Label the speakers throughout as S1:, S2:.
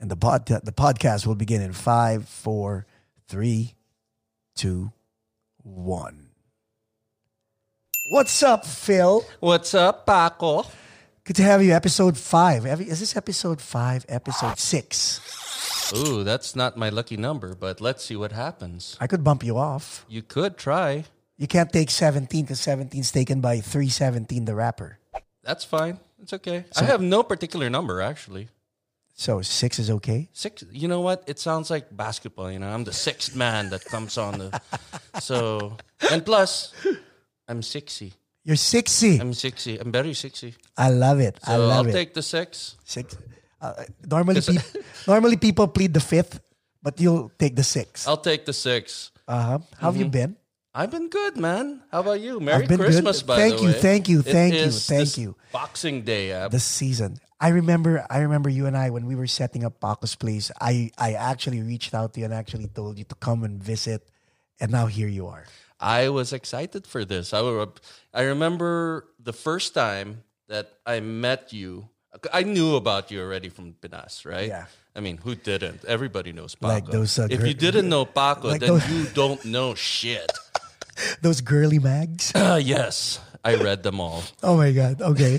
S1: And the pod the podcast will begin in five, four, three, two, one. What's up, Phil?
S2: What's up, Paco?
S1: Good to have you. Episode five. Every, is this episode five? Episode six?
S2: Ooh, that's not my lucky number, but let's see what happens.
S1: I could bump you off.
S2: You could try.
S1: You can't take seventeen because 17's taken by three seventeen, the rapper.
S2: That's fine. It's okay. I have no particular number, actually.
S1: So six is okay.
S2: Six. You know what? It sounds like basketball. You know, I'm the sixth man that comes on the. So and plus, I'm sixty.
S1: You're sixty.
S2: I'm sixty. I'm very sixty.
S1: I love it. I
S2: So
S1: love
S2: I'll
S1: it.
S2: take the six.
S1: Six. Uh, normally, peop- normally people plead the fifth, but you'll take the six.
S2: I'll Mm-hmm. take the six.
S1: Uh huh. How have you been?
S2: I've been good, man. How about you? Merry
S1: been good.
S2: Christmas, by
S1: Thank
S2: the
S1: you,
S2: way.
S1: thank you,
S2: It
S1: thank you,
S2: is
S1: thank
S2: this
S1: you.
S2: Boxing Day. Uh,
S1: This season, I remember. I remember you and I when we were setting up Paco's place. I I actually reached out to you and actually told you to come and visit, and now here you are.
S2: I was excited for this. I were, I remember the first time that I met you. I knew about you already from Pinas, right?
S1: Yeah.
S2: I mean, who didn't? Everybody knows Paco.
S1: Like those, uh,
S2: if
S1: gr-
S2: you didn't know Paco,
S1: like
S2: then
S1: those-
S2: you don't know shit.
S1: Those girly mags.
S2: Ah, yes, I read them all.
S1: Oh my god. Okay.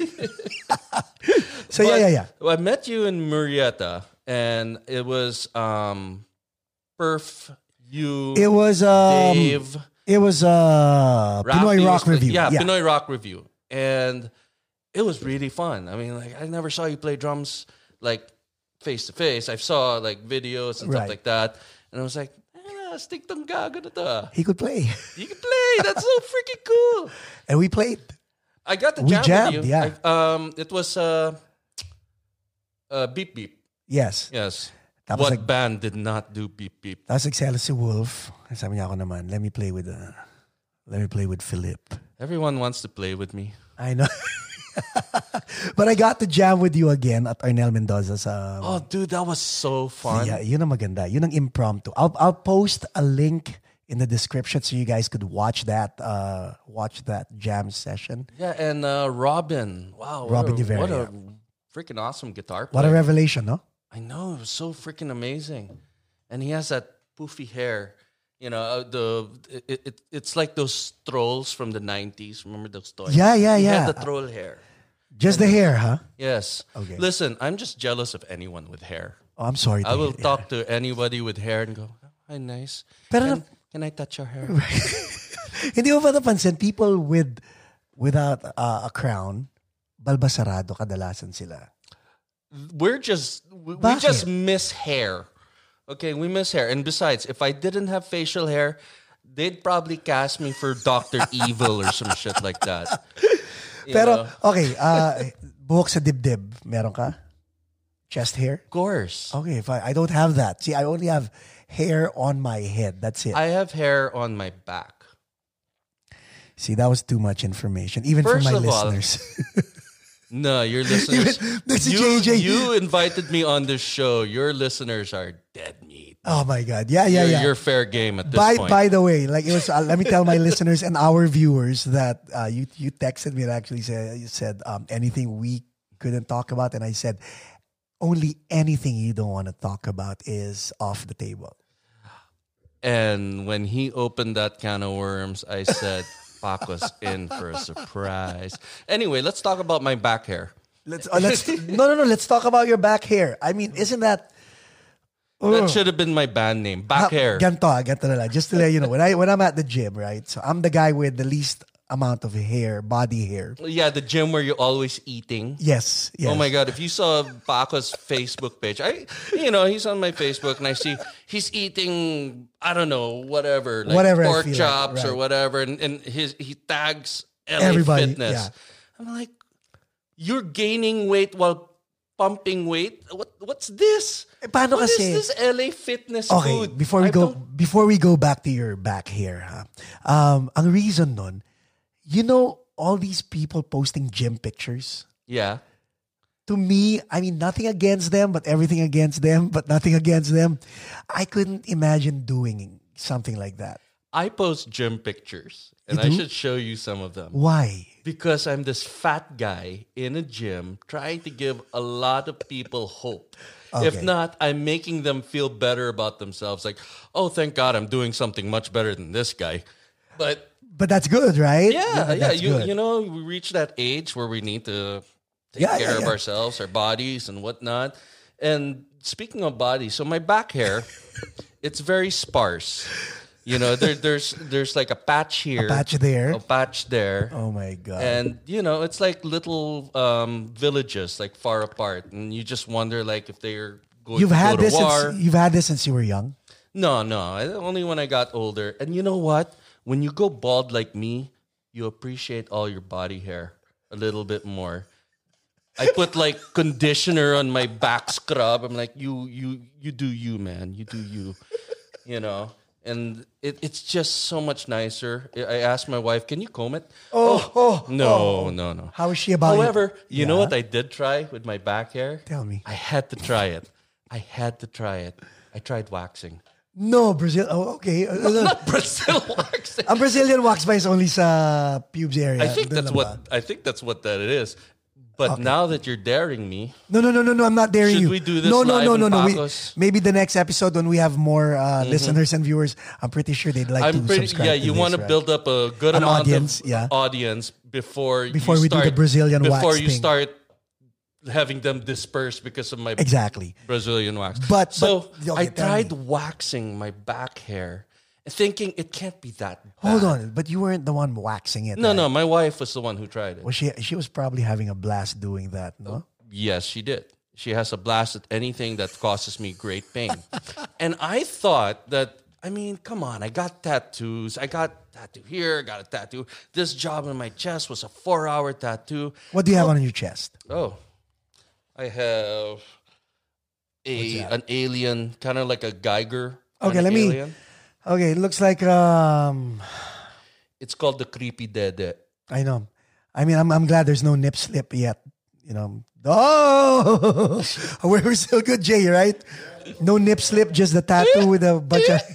S1: so yeah, yeah, yeah.
S2: But I met you in Murrieta, and it was um, Perf, you,
S1: It was um.
S2: Dave,
S1: It was uh.
S2: Rafi
S1: Pinoy
S2: was
S1: Rock
S2: the-
S1: review.
S2: Yeah, Pinoy Rock Review. And it was really fun. I mean, like I never saw you play drums like face to face. I saw like videos and
S1: Right.
S2: stuff like that. And I was like, ah, stick tong gago na to.
S1: He could play,
S2: You can play. That's so freaking cool.
S1: and we played.
S2: I got the
S1: We
S2: jam
S1: jammed,
S2: with you.
S1: yeah.
S2: I- um it was uh uh beep beep.
S1: Yes.
S2: Yes.
S1: That was
S2: what
S1: like-
S2: band did not do beep beep?
S1: Tapos nagsala si Wolf. Sabi niya ako naman, let me play with, uh, let me play with Philip.
S2: Everyone wants to play with me.
S1: I know. But I got to jam with you again at Arnel Mendoza's. Um,
S2: Oh dude, that was so fun.
S1: yeah, yun ang maganda. Yun ang impromptu. I'll, I'll post a link in the description so you guys could watch that, uh, watch that jam session.
S2: Yeah, and uh, Robin. Wow, what
S1: Robin
S2: a-
S1: Rivera,
S2: What
S1: yeah.
S2: a freaking awesome guitar
S1: What a
S2: player!
S1: revelation, no?
S2: I know it was so freaking amazing, and he has that poofy hair. You know, uh, the it, it, it's like those trolls from the '90s. Remember those toys?
S1: Yeah, yeah,
S2: He
S1: yeah.
S2: had the troll hair.
S1: Just the hair, huh?
S2: Yes.
S1: Okay.
S2: Listen, I'm just jealous of anyone with hair.
S1: Oh, I'm sorry.
S2: I
S1: to
S2: will
S1: hear-
S2: talk to anybody with hair and go, oh, "Hi, nice.
S1: Pero
S2: can, can I touch your hair?"
S1: Hindi mo ba napansin, people with, without uh, a crown, balbasarado kadalasan sila.
S2: we're just we, we
S1: Bakit?
S2: just miss hair. Okay, we miss hair. And besides, if I didn't have facial hair, they'd probably cast me for Doctor Evil or some shit like that. You
S1: Pero,
S2: know?
S1: okay, uh, buhok sa dibdib, meron ka? Chest hair?
S2: of course,
S1: Okay, if I, I don't have that. See, I only have hair on my head. That's it.
S2: I have hair on my back.
S1: See, that was too much information, even
S2: First
S1: for my
S2: of all,
S1: listeners.
S2: No, your listeners.
S1: this is
S2: you,
S1: JJ.
S2: you invited me on this show. Your listeners are dead meat.
S1: oh my God. Yeah, yeah,
S2: you're,
S1: yeah.
S2: you're fair game at this
S1: by,
S2: point.
S1: by the way, like it was. Uh, let me tell my listeners and our viewers that uh, you you texted me and actually said you said um, anything we couldn't talk about, and I said only anything you don't want to talk about is off the table.
S2: And when he opened that can of worms, I said, Paco's in for a surprise. Anyway, let's talk about my back hair.
S1: Let's uh, let's no no no. Let's talk about your back hair. I mean, isn't that
S2: That should have been my band name, back hair.
S1: Ganto, ah, ganto na lang. Just to let you know, when I when I'm at the gym, right? So I'm the guy with the least amount of hair, body hair.
S2: Yeah, the gym where you're always eating.
S1: Yes, yes.
S2: Oh my God, if you saw Paco's Facebook page, I, you know, he's on my Facebook and I see he's eating, I don't know, whatever, like
S1: Whatever I
S2: pork
S1: feel like,
S2: chops or
S1: right.
S2: whatever. And, and his, he tags LA
S1: Everybody,
S2: Fitness.
S1: yeah.
S2: I'm like, you're gaining weight while pumping weight? What, what's this?
S1: Eh, paano
S2: What is
S1: kasi-
S2: this LA Fitness
S1: Okay,
S2: food?
S1: before we
S2: I
S1: go
S2: don't-
S1: before we go back to your back hair, ha. Um, ang reason nun, you know all these people posting gym pictures.
S2: Yeah.
S1: To me, I mean nothing against them, but everything against them, but nothing against them. I couldn't imagine doing something like that.
S2: I post gym pictures and I should show you some of them.
S1: Why?
S2: Because I'm this fat guy in a gym trying to give a lot of people hope. If not, I'm making them feel better about themselves. Like, oh, thank God, I'm doing something much better than this guy. But
S1: But that's good, right?
S2: yeah,
S1: That-
S2: yeah,
S1: that's
S2: you
S1: good.
S2: you know, we reach that age where we need to take
S1: Yeah, yeah,
S2: care of
S1: yeah.
S2: ourselves, our bodies, and whatnot. And speaking of bodies, so my back hair, it's very sparse. You know, there, there's there's like a patch here,
S1: patch there.
S2: a patch there,
S1: Oh my god.
S2: and you know, it's like little um, villages, like far apart, and you just wonder, like, if they're going
S1: you've
S2: to
S1: had
S2: go to
S1: this
S2: war.
S1: since, you've had this since you were young.
S2: No, no. I- Only when I got older. And you know what? When you go bald like me, you appreciate all your body hair a little bit more. I put like conditioner on my back scrub. I'm like, you, you, you do you, man. You do you. You know. And it, it's just so much nicer. I I asked my wife, "Can you comb it?"
S1: Oh, oh,
S2: no, no, no.
S1: How is she about it?
S2: However, you know
S1: Oh, Yeah.
S2: what I did try with my back hair?
S1: Tell me.
S2: I had to try it. I had to try it. I tried waxing.
S1: No, Brazil. Oh, okay. Uh, uh,
S2: Brazil waxing.
S1: Ang Brazilian wax ba is only sa pubes area?
S2: I think
S1: Doon
S2: that's
S1: lang ba?
S2: what I think that's what that it is. But now that you're daring me,
S1: No, no, no, no, no. I'm not daring you.
S2: Should we do this
S1: no, no,
S2: live
S1: no,
S2: in
S1: no, no. We-
S2: Pacos? Mm-hmm.
S1: maybe the next episode when we have more uh, listeners and viewers, I'm pretty sure they'd like to
S2: I'm pretty.
S1: subscribe.
S2: Yeah,
S1: to
S2: you
S1: this,
S2: want to
S1: right?
S2: build up a good
S1: An
S2: amount
S1: audience,
S2: of
S1: yeah.
S2: audience before you
S1: Before we do the
S2: start-
S1: Brazilian wax
S2: before you
S1: thing.
S2: start having them dispersed because of my
S1: exactly.
S2: Brazilian wax.
S1: But-
S2: so
S1: but- okay,
S2: I
S1: tell
S2: tried waxing my back hair, thinking it can't be that. Bad.
S1: Hold on, but you weren't the one waxing it.
S2: Ah. No,
S1: right?
S2: no, my wife was the one who tried it.
S1: Well, she she was probably having a blast doing that. No.
S2: Yes, she did. She has a blast at anything that causes me great pain. and I thought that, I mean, come on, I got tattoos. I got tattoo here, I got a tattoo. This job in my chest was a four hour tattoo.
S1: What do you have on your chest?
S2: Oh, I have a an alien, kind of like a Geiger. on
S1: Okay,
S2: an
S1: let me-
S2: alien.
S1: Okay, it looks like um,
S2: It's called the Creepy Dede.
S1: I know. I mean, I'm I'm glad there's no nip slip yet. You know. Oh, we're we're still good, Jay. Right? No nip slip, just the tattoo with a bunch of.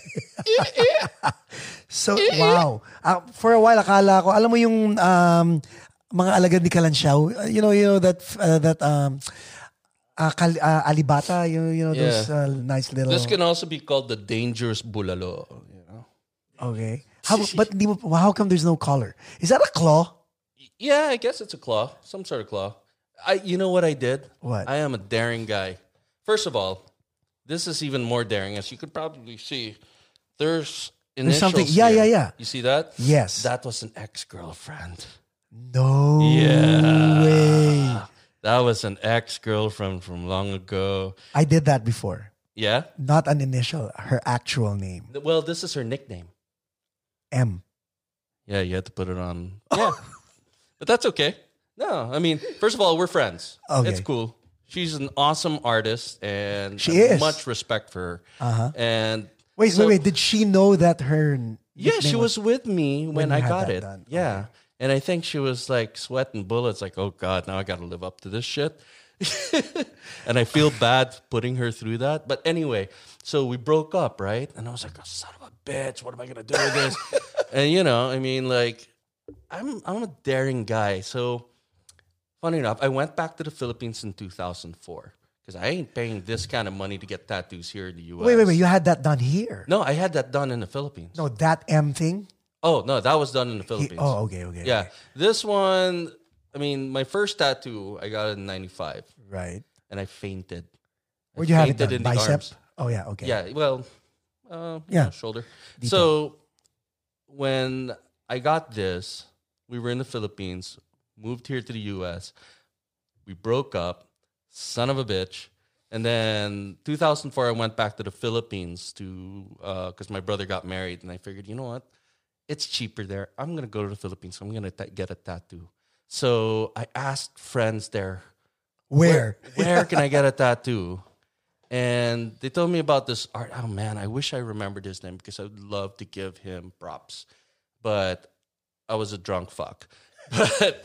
S1: so wow! Ah, for a while, akala ko alam mo yung um, mga alagad ni Kalansiaw. uh, You know, you know that uh, that um, ah, Kal- ah, alibata. You you know those uh, nice little.
S2: This can also be called the Dangerous Bulalo. You know?
S1: Okay. How, but di mo- how come there's no collar? Is that a claw?
S2: Yeah, I guess it's a claw, some sort of claw. I, you know what I did?
S1: What?
S2: I am a daring guy. First of all, this is even more daring, as you could probably see. There's initials.
S1: something- yeah, yeah,
S2: here.
S1: yeah.
S2: You see that?
S1: Yes.
S2: That was an ex-girlfriend.
S1: No
S2: Yeah.
S1: way.
S2: That was an ex-girlfriend from long ago.
S1: I did that before.
S2: Yeah.
S1: Not an initial, her actual name.
S2: Th- Well, this is her nickname.
S1: M.
S2: Yeah, you had to put it on. Yeah, but that's okay. No, I mean, first of all, we're friends.
S1: Okay.
S2: It's cool. She's an awesome artist, and
S1: She
S2: I
S1: is.
S2: much respect for her.
S1: Uh-huh.
S2: And
S1: Wait,
S2: so-
S1: wait, wait. Did she know that her n-
S2: Yeah, she
S1: nickname
S2: was with me when,
S1: you
S2: I
S1: had
S2: got
S1: that
S2: it.
S1: done.
S2: Yeah. And I think she was like sweating bullets, like, oh God, now I got to live up to this shit. and I feel bad putting her through that. But anyway, so we broke up, right? And I was like, oh, son of a bitch, what am I going to do with this? and you know, I mean, like, I'm, I'm a daring guy. So funny enough, I went back to the Philippines in 2004 because I ain't paying this kind of money to get tattoos here in the US.
S1: Wait, wait, wait. You had that done here?
S2: No, I had that done in the Philippines.
S1: No, that M thing?
S2: Oh no, that was done in the Philippines.
S1: Oh, okay, okay. okay.
S2: yeah, this one. I mean, my first tattoo I got it in '95,
S1: Right.
S2: and I fainted. I
S1: Where'd you have it
S2: fainted
S1: done?
S2: in the
S1: Bicep?
S2: arms.
S1: Oh, yeah, okay.
S2: Yeah, well, uh,
S1: Yeah.
S2: yeah, shoulder. So when I got this, we were in the Philippines, moved here to the U.S. We broke up, son of a bitch. And then 2004, I went back to the Philippines to because my brother got married, and I figured, you know what, it's cheaper there. I'm gonna go to the Philippines. I'm gonna ta get a tattoo. So I asked friends there
S1: Where?
S2: where can I get a tattoo? And they told me about this art. Oh man, I wish I remembered his name because I would love to give him props, but I was a drunk fuck. But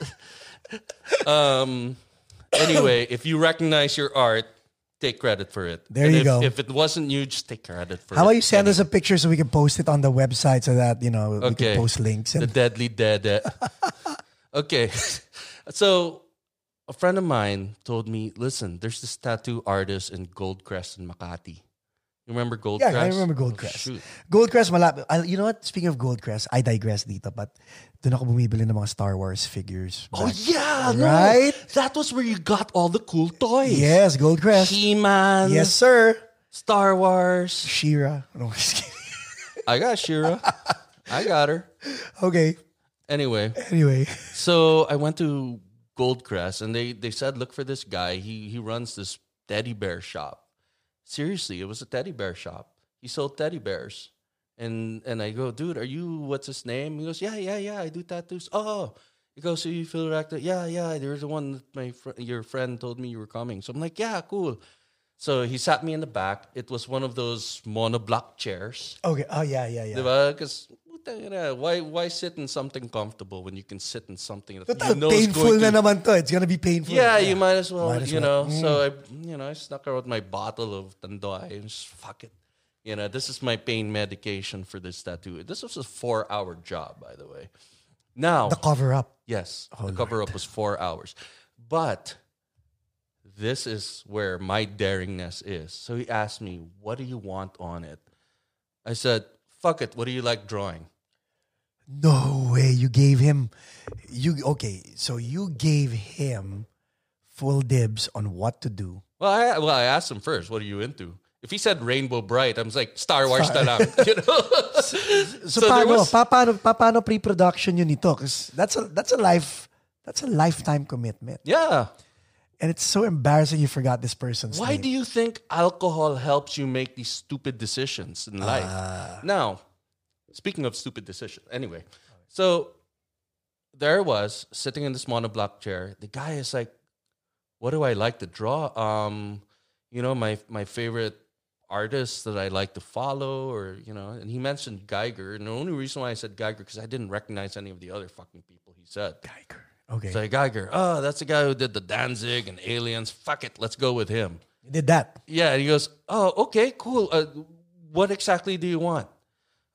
S2: um, anyway, if you recognize your art, take credit for it.
S1: There
S2: And
S1: you
S2: if,
S1: go.
S2: If it wasn't you, just take credit for
S1: How
S2: it.
S1: about you send us a picture so we can post it on the website so that, you know, we can
S2: Okay.
S1: post links.
S2: the
S1: And,
S2: deadly dead. okay, eh. so a friend of mine told me, listen, there's this tattoo artist in Goldcrest in Makati. You remember Goldcrest?
S1: Yeah, I remember
S2: Oh,
S1: Goldcrest.
S2: shoot.
S1: Goldcrest, malapit. I- You know what? Speaking of Goldcrest, I digress dito, but doon ako bumibili ng mga Star Wars figures.
S2: Oh,
S1: back-
S2: yeah. no.
S1: Right?
S2: That was where you got all the cool toys.
S1: Yes, Goldcrest.
S2: He-Man.
S1: Yes, sir.
S2: Star Wars.
S1: Shira. No, I'm just kidding.
S2: I got Shira. I got her.
S1: Okay.
S2: Anyway,
S1: Anyway.
S2: so I went to Goldcrest and they, they said, look for this guy. He, he runs this teddy bear shop. Seriously, it was a teddy bear shop. He sold teddy bears. And, and I go, dude, are you, what's his name? He goes, yeah, yeah, yeah, I do tattoos. Oh, he goes, so you feel like that? Yeah, yeah, there's the one that my fr- your friend told me you were coming. So I'm like, yeah, cool. So he sat me in the back. It was one of those monoblock chairs.
S1: Okay. Oh, yeah, yeah, yeah.
S2: Diba? Because why why sit in something comfortable when you can sit in something that
S1: Total,
S2: you know is
S1: painful
S2: going
S1: na
S2: to,
S1: naman to. It's gonna be painful.
S2: yeah, you might as well,
S1: Might as
S2: you
S1: well. Mm.
S2: know. So I you know, I snuck out my bottle of tandoy and just fuck it. You know, this is my pain medication for this tattoo. This was a four hour job, by the way. Now
S1: The cover up.
S2: Yes, the cover up was four hours, but this is where my daringness is. So he asked me, "What do you want on it?" I said, "Fuck it. What do you like drawing?"
S1: No way. You gave him. You okay? So you gave him full dibs on what to do.
S2: Well, I well I asked him first, "What are you into?" If he said Rainbow Bright, I was like Star Wars, na lang, you know.
S1: So,
S2: So there
S1: paano,
S2: was-
S1: pa- paano, pa- paano pre-production yun ito? Because that's a, that's a life, that's a lifetime commitment.
S2: yeah.
S1: And it's so embarrassing you forgot this person's
S2: Why
S1: name.
S2: do you think alcohol helps you make these stupid decisions in life? now, speaking of stupid decisions, anyway, so there I was sitting in this monoblock chair. The guy is like, "What do I like to draw? Um, you know, my my favorite artists that I like to follow, or you know." And he mentioned Geiger, and the only reason why I said Geiger because I didn't recognize any of the other fucking people he said.
S1: Geiger. Okay.
S2: So I Geiger, oh, that's the guy who did the Danzig and Aliens. Fuck it, let's go with him.
S1: you did that.
S2: Yeah, and he goes, "Oh, okay, cool. Uh, what exactly do you want?"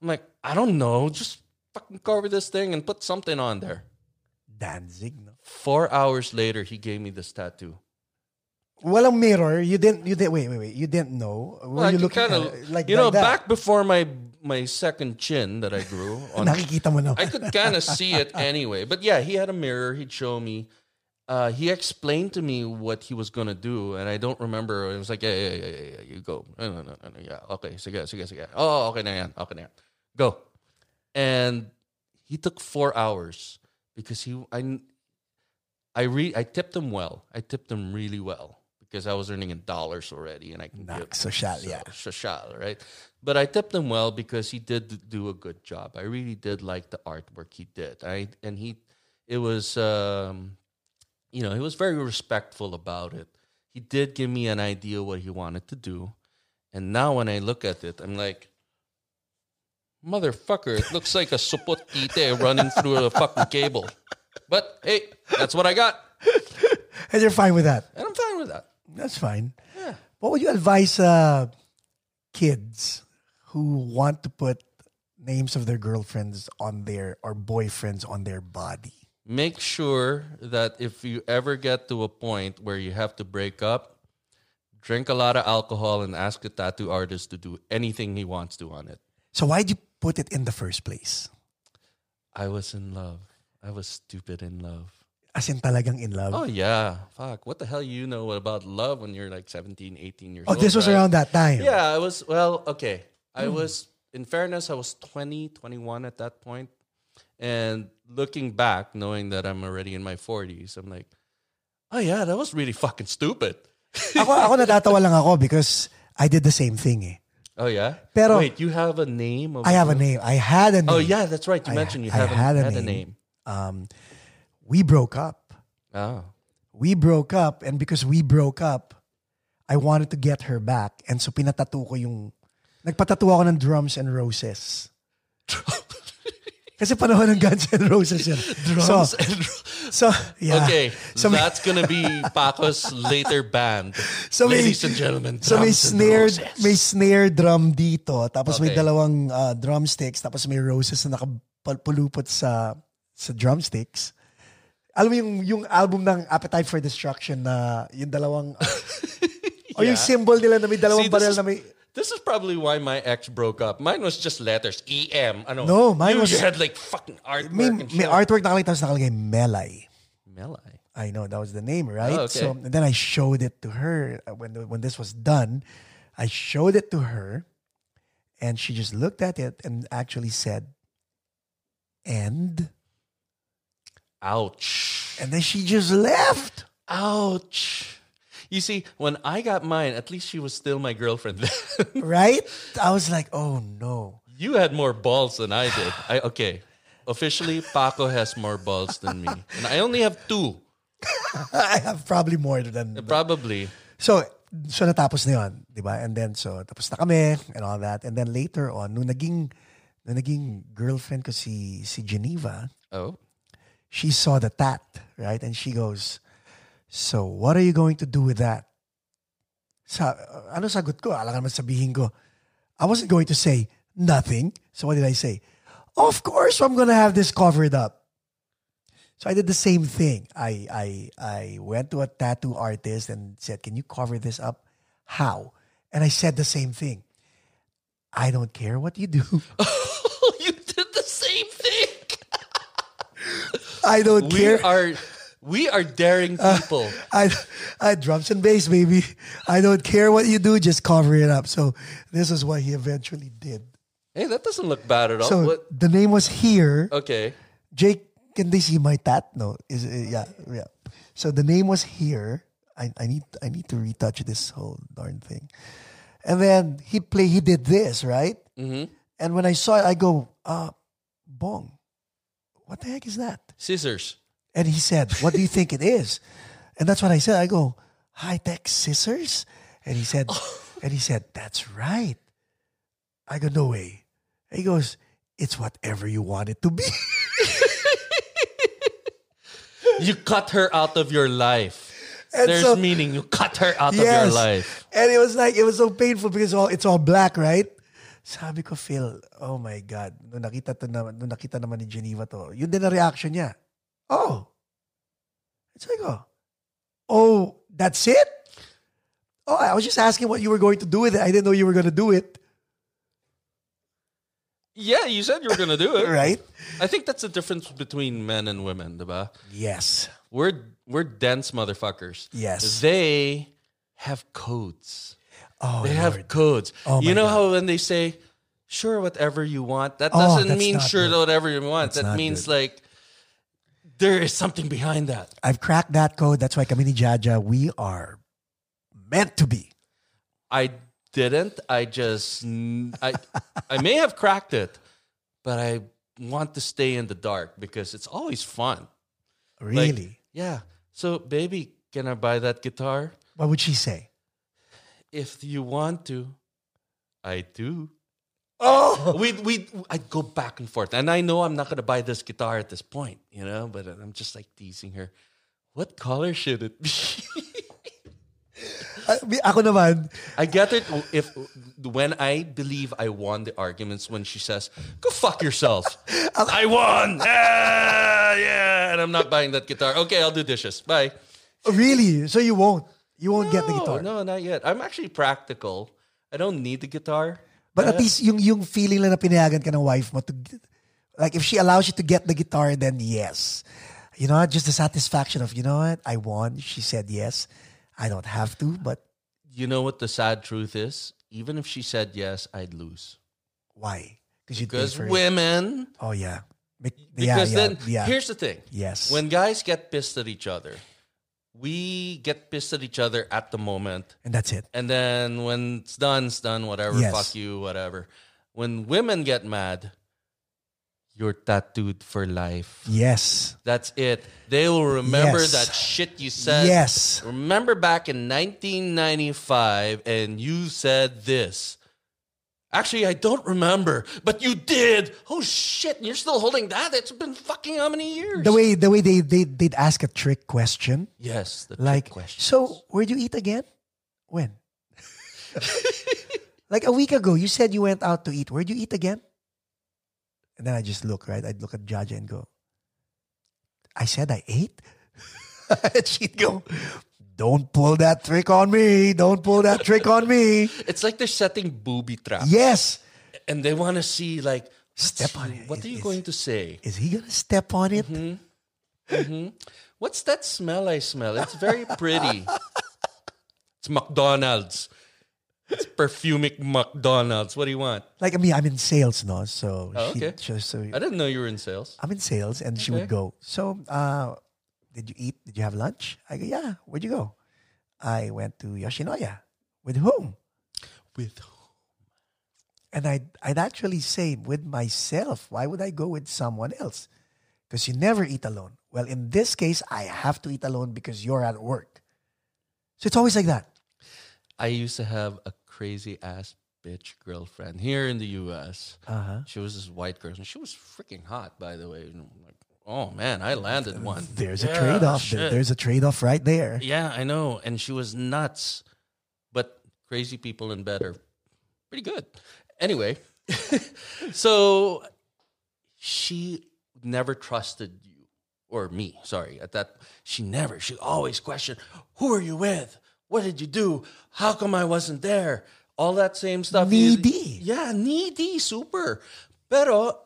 S2: I'm like, "I don't know. Just fucking cover this thing and put something on there."
S1: Danzig, no?
S2: Four hours later, he gave me this tattoo.
S1: Walang mirror. You didn't, you didn't, wait, wait, wait. You didn't know. Were
S2: Like,
S1: you looking
S2: kinda-
S1: at it like
S2: you know,
S1: like that?
S2: back before my my second chin that I grew on
S1: Nakikita mo na.
S2: I could kind of see it anyway. But yeah, he had a mirror. He'd show me. Uh, he explained to me what he was gonna do, and I don't remember. It was like, yeah, yeah, yeah, yeah, yeah, you go. No, no, no, no, no, yeah, okay, sige, sige, sige. Oh, okay na yan, okay na yan. Go. And he took four hours because he, I, I re, I tipped him well. I tipped him really well because I was earning in dollars already, and I can
S1: Nak,
S2: give-
S1: social, yeah.
S2: Shashal, right? But I tipped him well because he did do a good job. I really did like the artwork he did. I and he, it was, um, you know, he was very respectful about it. He did give me an idea what he wanted to do, and now when I look at it, I'm like, motherfucker, it looks like a supot kite running through a fucking cable. But hey, that's what I got,
S1: And you're fine with that.
S2: and I'm fine with that.
S1: That's fine.
S2: Yeah.
S1: What would you advise uh, kids who want to put names of their girlfriends on their or boyfriends on their body?
S2: make sure that if you ever get to a point where you have to break up, drink a lot of alcohol and ask the tattoo artist to do anything he wants to on it.
S1: So why'd you put it in the first place?
S2: I was in love. I was stupid in love.
S1: As in talagang in love?
S2: Oh yeah. Fuck. What the hell you know about love when you're like 17, 18 years
S1: Oh,
S2: old?
S1: this was
S2: right?
S1: around that time.
S2: Yeah, I was well, okay.
S1: Hmm.
S2: I was in fairness, I was 20, 21 at that point. And looking back, knowing that I'm already in my 40s, I'm like, "Oh yeah, that was really fucking stupid."
S1: ako, ako natatawa lang ako because I did the same thing eh.
S2: Oh yeah.
S1: Pero-
S2: wait, you have a name? Of
S1: I have a name. I had a name.
S2: Oh yeah, that's right. You
S1: I-
S2: mentioned you
S1: I
S2: haven't
S1: had
S2: had,
S1: a
S2: a
S1: name.
S2: name.
S1: Um, we broke up.
S2: Oh.
S1: we broke up and because we broke up, I wanted to get her back. And so pinatattoo ko yung, nagpatattoo ako ng drums and roses. Kasi panahon ng Guns N' Roses yun. Drums so, and So, yeah.
S2: Okay,
S1: So, may,
S2: that's gonna be Paco's later band,
S1: So may-
S2: ladies and gentlemen.
S1: so may
S2: drums and
S1: snare,
S2: roses.
S1: may snare drum dito. Tapos may
S2: Okay.
S1: dalawang uh, drumsticks. Tapos may roses na nakapulupot sa, sa drumsticks. Alam mo yung, yung album ng Appetite for Destruction na yung dalawang... ah, o yung
S2: Yeah.
S1: symbol nila na may dalawang
S2: See, this
S1: barrel
S2: is-
S1: na may...
S2: This is probably why my ex broke up. Mine was just letters, E M. I don't
S1: No,
S2: know.
S1: mine
S2: you,
S1: was-
S2: You had like fucking artwork.
S1: May,
S2: and
S1: may
S2: shit.
S1: artwork nakalagay tapos nakalagay Melay.
S2: Melai.
S1: I know that was the name, right?
S2: Oh, okay.
S1: So and then I showed it to her uh, when when this was done. I showed it to her, and she just looked at it and actually said, "And."
S2: Ouch.
S1: And then she just left.
S2: Ouch. You see, when I got mine, at least she was still my girlfriend then.
S1: Right? I was like, "Oh no!"
S2: you had more balls than I did. I okay. Officially, Paco has more balls than me. And I only have two.
S1: I have probably more than
S2: Probably.
S1: So, so natapos na yun, di ba? And then, so, tapos na kami and all that. And then later on, nung naging, nung naging girlfriend ko si, si Geneva,
S2: Oh.
S1: she saw the tat, right? And she goes, so what are you going to do with that? Sa, ano sagot ko? Alam naman sabihin ko, I wasn't going to say nothing. So what did I say? Of course, I'm going to have this covered up. So I did the same thing. I, I, I went to a tattoo artist and said, can you cover this up? How? And I said the same thing. I don't care what you do.
S2: you did the same thing.
S1: I don't
S2: We
S1: care.
S2: are we are daring
S1: Uh,
S2: people.
S1: I, I drums and bass, baby. I don't care what you do, just cover it up. So this is what he eventually did.
S2: hey, that doesn't look bad at all.
S1: So
S2: What-
S1: the name was here.
S2: Okay.
S1: Jake, can they see my tat? No, is it, yeah, yeah. So the name was here. I, I need I need to retouch this whole darn thing. And then he play he did this right.
S2: Mhm.
S1: And when I saw it, I go, uh, bong. What the heck is that?
S2: Scissors.
S1: And he said, What do you think it is? And that's what I said. I go, high tech scissors? And he said, and he said, That's right. I go, No way. And he goes, It's whatever you want it to be.
S2: You cut her out of your life.
S1: And
S2: There's
S1: so-
S2: meaning. You cut her out of your life.
S1: And it was like it was so painful because all it's all black, right? Sabi ko, Phil, oh my God. Nung nakita, to na, nung nakita naman ni Geneva to, yun din ang reaction niya. Oh. It's like, oh. Oh, that's it? Oh, I was just asking what you were going to do with it. I didn't know you were going to do it,
S2: Yeah, you said you were gonna do it.
S1: right?
S2: I think that's the difference between men and women, diba?
S1: Yes.
S2: We're we're dense motherfuckers.
S1: Yes.
S2: They have codes.
S1: Oh,
S2: They have codes.
S1: Oh, my
S2: you know
S1: God.
S2: how when they say, sure, whatever you want, that
S1: Oh,
S2: doesn't
S1: that's
S2: mean
S1: not
S2: sure,
S1: good.
S2: whatever you want.
S1: That's
S2: that
S1: not
S2: means
S1: good.
S2: like there is something behind that.
S1: I've cracked that code. That's why kami ni Jaja, we are meant to be.
S2: I didn't. I just I I may have cracked it, but I want to stay in the dark because it's always fun. Like,
S1: Really.
S2: yeah. So, baby, can I buy that guitar?
S1: what would she say?
S2: If you want to, I do.
S1: Oh,
S2: We we I'd go back and forth, and I know I'm not gonna buy this guitar at this point, you know. But I'm just like teasing her. What color should it be?
S1: I, ako naman,
S2: I get it if when I believe I won the arguments when she says, "Go fuck yourself," I won. Ah, yeah, and I'm not buying that guitar. Okay, I'll do dishes. Bye.
S1: Really? So you won't? You won't get the
S2: No,
S1: guitar?
S2: No, not yet. I'm actually practical. I don't need the guitar.
S1: But at least yung, yung feeling lang na pinayagan ka ng wife mo to... g- Like, if she allows you to get the guitar, then yes. You know what? Just the satisfaction of, you know what? I won. She said yes. I don't have to, but
S2: You know what the sad truth is? Even if she said yes, I'd lose.
S1: why? Because you'd pay
S2: Because
S1: for it.
S2: women.
S1: Oh, yeah. Bec-
S2: Because
S1: yeah,
S2: then,
S1: yeah, yeah.
S2: here's the thing.
S1: Yes.
S2: When guys get pissed at each other, we get pissed at each other at the moment.
S1: and that's it.
S2: And then when it's done, it's done, whatever,
S1: Yes.
S2: fuck you, whatever. When women get mad, you're tattooed for life.
S1: Yes.
S2: That's it. They will remember
S1: Yes.
S2: that shit you said.
S1: Yes.
S2: Remember back in 1995 and you said this. Actually, I don't remember, but you did. Oh shit, and you're still holding that? It's been fucking how many years?
S1: The way the way they, they they'd ask a trick question.
S2: yes, the
S1: Like,
S2: trick question.
S1: so where'd you eat again? When? like a week ago, you said you went out to eat. Where'd you eat again? And then I just look, right? I'd look at Jaja and go, I said I ate. and she'd go, Don't pull that trick on me. Don't pull that trick on me.
S2: It's like they're setting booby traps,
S1: Yes.
S2: and they want to see like what's
S1: Step on
S2: you-
S1: it.
S2: What
S1: It-
S2: are you
S1: it's-
S2: going to say?
S1: Is he going to step on it?
S2: Mm-hmm. What's that smell I smell? It's very pretty. it's McDonald's. It's perfumic McDonald's. What do you want?
S1: Like, I mean, I'm in sales now. So
S2: Oh,
S1: she
S2: okay.
S1: just, so
S2: I didn't know you were in sales.
S1: I'm in sales. And she would
S2: Okay.
S1: go, So, uh, did you eat? Did you have lunch? I go, Yeah. Where'd you go? I went to Yoshinoya. With whom?
S2: With
S1: And I'd, I'd actually say with myself, why would I go with someone else? Because you never eat alone. Well, in this case, I have to eat alone because you're at work. So it's always like that.
S2: I used to have a crazy ass bitch girlfriend here in the U.S.
S1: Uh-huh.
S2: She was this white girl, and she was freaking hot, by the way. And I'm like, oh man, I landed one.
S1: Uh, There's a
S2: Yeah,
S1: trade off.
S2: shit.
S1: There's a trade off right there.
S2: Yeah, I know. And she was nuts. But crazy people in bed are pretty good. Anyway, so she never trusted you or me, sorry, at that she never, she always questioned, who are you with? What did you do? How come I wasn't there? All that same stuff.
S1: Needy.
S2: Yeah, needy, super. Pero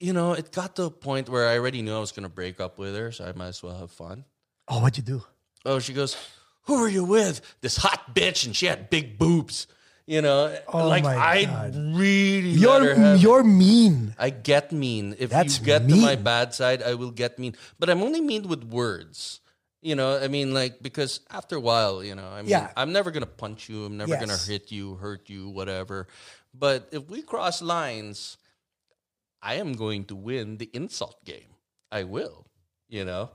S2: you know, it got to a point where I already knew I was gonna break up with her, so I might as well have fun.
S1: Oh, what'd you do?
S2: Oh, she goes, Who are you with? This hot bitch, and she had big boobs. You know,
S1: Oh
S2: like
S1: my
S2: I
S1: God.
S2: really let her
S1: You're,
S2: have it.
S1: you're mean.
S2: I get mean. If
S1: That's
S2: you get to my
S1: mean.
S2: bad side, I will get mean. But I'm only mean with words. You know, I mean, like because after a while, you know, I mean,
S1: Yeah.
S2: I'm never gonna punch you. I'm never gonna
S1: Yes.
S2: hit you, hurt you, whatever. But if we cross lines, I am going to win the insult game. I will. You know,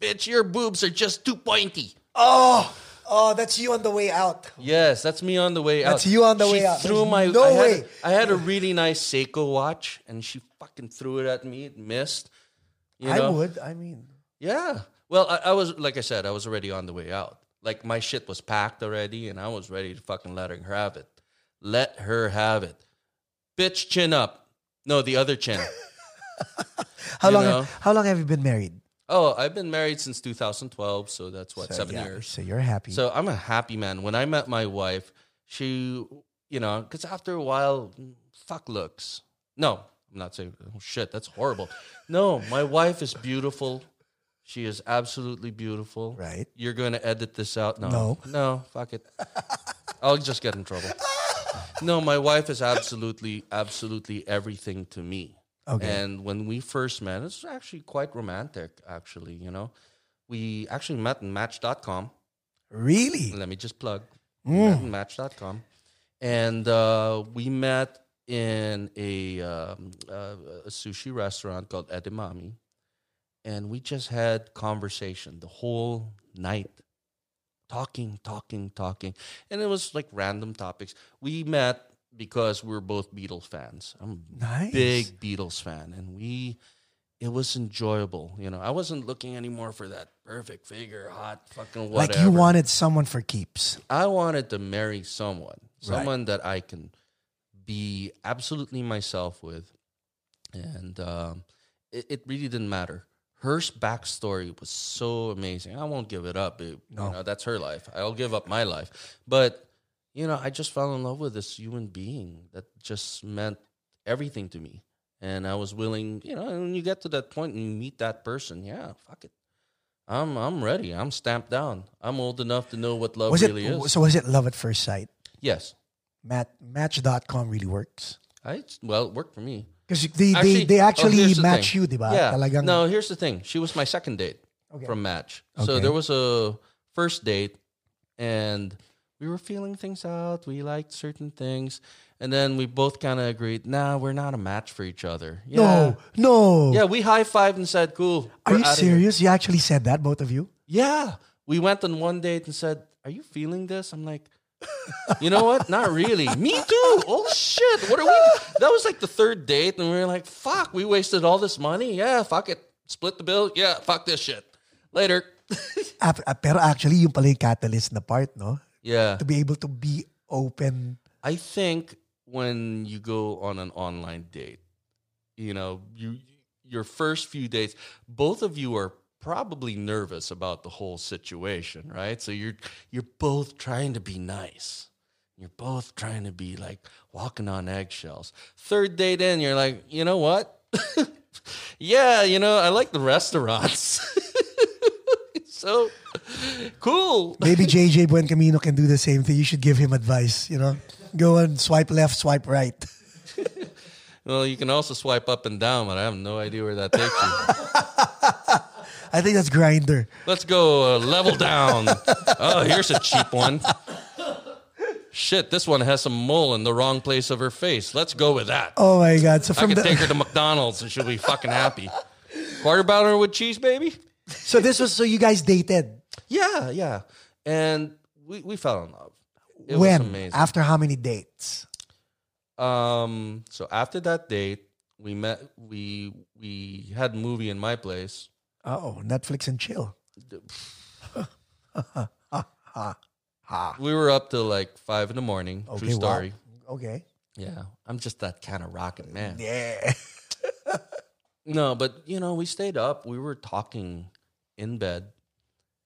S2: bitch, your boobs are just too pointy.
S1: Oh, oh, that's you on the way out.
S2: Yes, that's me on the way out.
S1: That's you on the
S2: She
S1: way out.
S2: Threw
S1: There's
S2: my
S1: no
S2: I had,
S1: way.
S2: I had a really nice Seiko watch, and she fucking threw it at me. It missed. You know?
S1: I would. I mean,
S2: Yeah. Well, I, I was like I said, I was already on the way out. Like my shit was packed already, and I was ready to fucking letting her have it. Let her have it, bitch. Chin up. No, the other chin.
S1: how
S2: You
S1: long?
S2: know.
S1: How long have you been married?
S2: oh, I've been married since 2012, so that's what seven
S1: yeah,
S2: years.
S1: So you're happy.
S2: So I'm a happy man. When I met my wife, she, you know, because after a while, fuck looks. No, I'm not saying, oh shit, that's horrible. no, my wife is beautiful. She is absolutely beautiful.
S1: Right.
S2: You're going to edit this out? No.
S1: No.
S2: No, fuck it. I'll just get in trouble. No, my wife is absolutely, absolutely everything to me.
S1: Okay.
S2: And when we first met, it's actually quite romantic, actually, you know. We actually met in match.com
S1: really?
S2: let me just plug mm. match.com and uh, we met in a, um, uh, a sushi restaurant called edamame and we just had conversation the whole night talking talking talking and it was like random topics we met because we were both beatles fans i'm a
S1: Nice.
S2: big beatles fan and we it was enjoyable you know i wasn't looking anymore for that perfect figure hot fucking whatever
S1: Like you wanted someone for keeps.
S2: I wanted to marry someone,
S1: Right.
S2: someone that I can be absolutely myself with, and um, it, it really didn't matter. Her backstory was so amazing. I won't give it up. It,
S1: No.
S2: You know, that's her life. I'll give up my life. But you know, I just fell in love with this human being that just meant everything to me, and I was willing. You know, and when you get to that point and you meet that person, yeah, fuck it. I'm I'm ready. I'm stamped down. I'm old enough to know what love
S1: was
S2: really
S1: it
S2: is.
S1: so was it love at first sight
S2: Yes.
S1: Mat, match.com really works
S2: I well, it worked for me.
S1: because they, they, they
S2: oh,
S1: actually
S2: here's the
S1: match
S2: thing.
S1: you diba
S2: Yeah.
S1: Talagang-
S2: No, here's the thing. She was my second date from Match. So
S1: Okay.
S2: there was a first date and we were feeling things out. We liked certain things. And then we both kind of agreed, nah, we're not a match for each other. Yeah.
S1: no no
S2: Yeah, we high fived and said, cool.
S1: are you
S2: we're outta here."
S1: serious you actually said that both of you
S2: Yeah. We went on one date and said, Are you feeling this? I'm like, You know what? Not really. Me too. Oh shit. What are we? That was like the third date, and we were like, Fuck, we wasted all this money. Yeah, fuck it. Split the bill. Yeah, fuck this shit. Later.
S1: Ap- ah, pero actually yung pala yung catalyst na part no
S2: yeah.
S1: to be able to be open
S2: I think when you go on an online date, you know, you your first few dates, both of you are probably nervous about the whole situation, right? So you're you're both trying to be nice. You're both trying to be like walking on eggshells. Third date in, you're like, you know what? yeah, you know, I like the restaurants. so cool.
S1: Maybe JJ Buen Camino can do the same thing. You should give him advice, you know? Go and swipe left, swipe right.
S2: Well, you can also swipe up and down, but I have no idea where that takes you.
S1: I think that's grinder.
S2: Let's go uh, level down. Oh, here's a cheap one. Shit, this one has some mole in the wrong place of her face. Let's go with that.
S1: Oh my god. So
S2: I
S1: from
S2: could
S1: the
S2: take her to McDonald's and she'll be fucking happy. Quarter pounder with cheese, baby?
S1: So this was so you guys dated.
S2: Yeah, yeah. And we, we fell in love. It
S1: when?
S2: was amazing.
S1: After how many dates?
S2: Um, so after that date, we met. We we had a movie in my place.
S1: Oh, Netflix and chill.
S2: We were up till like five in the morning.
S1: Okay,
S2: True story.
S1: wow. Okay.
S2: Yeah, I'm just that kind of rocket man.
S1: Yeah.
S2: No, but you know, we stayed up. We were talking in bed,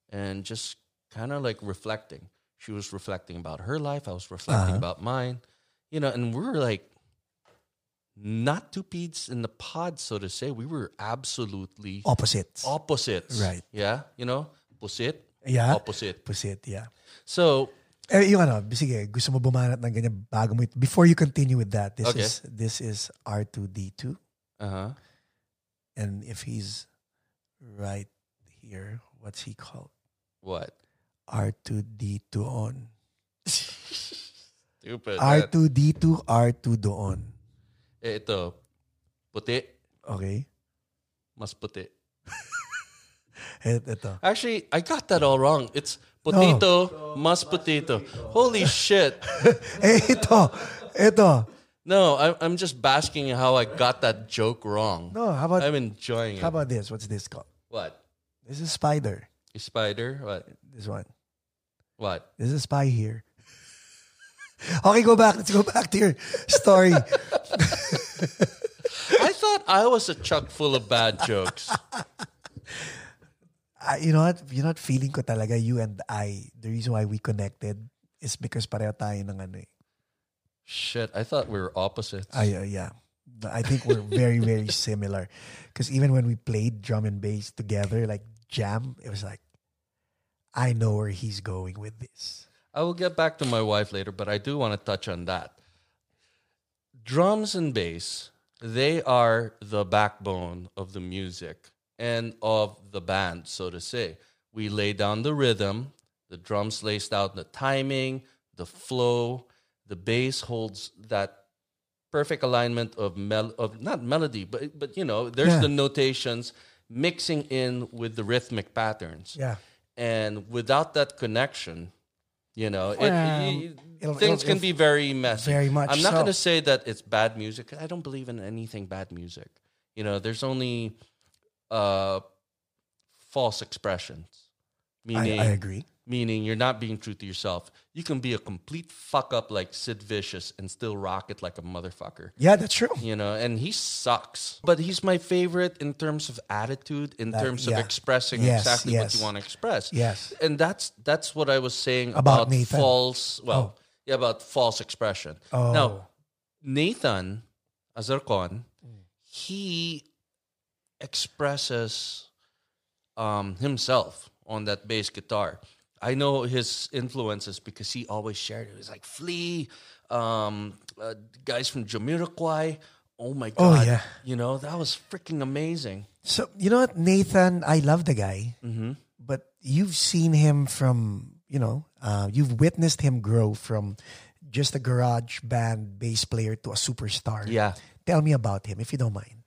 S2: and just kind of like reflecting. She was reflecting about her life. I was reflecting
S1: Uh-huh.
S2: about mine. You know, and we were like not two peas in the pod, so to say. We were absolutely
S1: Opposites.
S2: opposites.
S1: Right.
S2: Yeah. You know, opposite,
S1: yeah.
S2: opposite.
S1: Opposite, yeah.
S2: So
S1: Eh, yung ano, sige, gusto mo bumanat ng ganyan bago mo, it- before you continue with that, this
S2: Okay.
S1: is this is R2D2
S2: Uh-huh.
S1: and if he's right here, what's he called?
S2: What?
S1: R2D2 on.
S2: Stupid. man.
S1: R2D2 R2 doon.
S2: Eh, Ito. Puti.
S1: Okay?
S2: Mas puti.
S1: Et, eto.
S2: Actually, I got that all wrong. It's potato, mas potato. Holy shit.
S1: Eh, ito. Ito.
S2: No, I, I'm just basking in how I got that joke wrong.
S1: No, how about
S2: I'm enjoying it.
S1: how about this? What's this called?
S2: what?
S1: This is spider.
S2: A spider? What?
S1: This one.
S2: What?
S1: This is spy here. okay, go back. Let's go back to your story.
S2: I thought I was a chuck full of bad jokes.
S1: Ah, you know what? You're not feeling ko talaga, you and I. The reason why we connected is because pareho tayo ng ano eh.
S2: Shit, I thought we were opposites.
S1: Ay, uh, yeah. I think we're very, very similar. Because even when we played drum and bass together, like jam, it was like, I know where he's going with this.
S2: I will get back to my wife later, but I do want to touch on that. Drums and bass, they are the backbone of the music and of the band, so to say. We lay down the rhythm, the drums lays out the timing, the flow, the bass holds that perfect alignment of mel of not melody, but but you know, there's
S1: Yeah.
S2: the notations mixing in with the rhythmic patterns
S1: Yeah.
S2: and without that connection, you know, it,
S1: Um,
S2: you-
S1: it'll- it'll-
S2: things can
S1: it'll-
S2: be very messy.
S1: very much
S2: I'm not
S1: so.
S2: going to say that it's bad music. I don't believe in anything bad music. You know, there's only uh, false expressions,
S1: I,
S2: meaning
S1: I agree.
S2: meaning you're not being true to yourself. You can be a complete fuck up like Sid Vicious and still rock it like a motherfucker
S1: Yeah, that's true.
S2: you know, and he sucks. But he's my favorite in terms of attitude, in
S1: That-
S2: terms
S1: yeah.
S2: of expressing
S1: Yes,
S2: exactly what
S1: yes.
S2: you want to express.
S1: Yes.
S2: And that's that's what I was saying
S1: About
S2: about,
S1: Nathan.
S2: false well, yeah, about false expression.
S1: Oh.
S2: Now, Nathan Azarcon, he expresses um, himself on that bass guitar. I know his influences because he always shared it. It was like Flea, um, uh, guys from Jamiroquai. Oh my
S1: Oh,
S2: god!
S1: yeah.
S2: you know that was freaking amazing.
S1: So, you know what, Nathan, I love the guy,
S2: Mm-hmm.
S1: but you've seen him from, you know, uh, you've witnessed him grow from just a garage band bass player to a superstar.
S2: Yeah.
S1: Tell me about him, if you don't mind.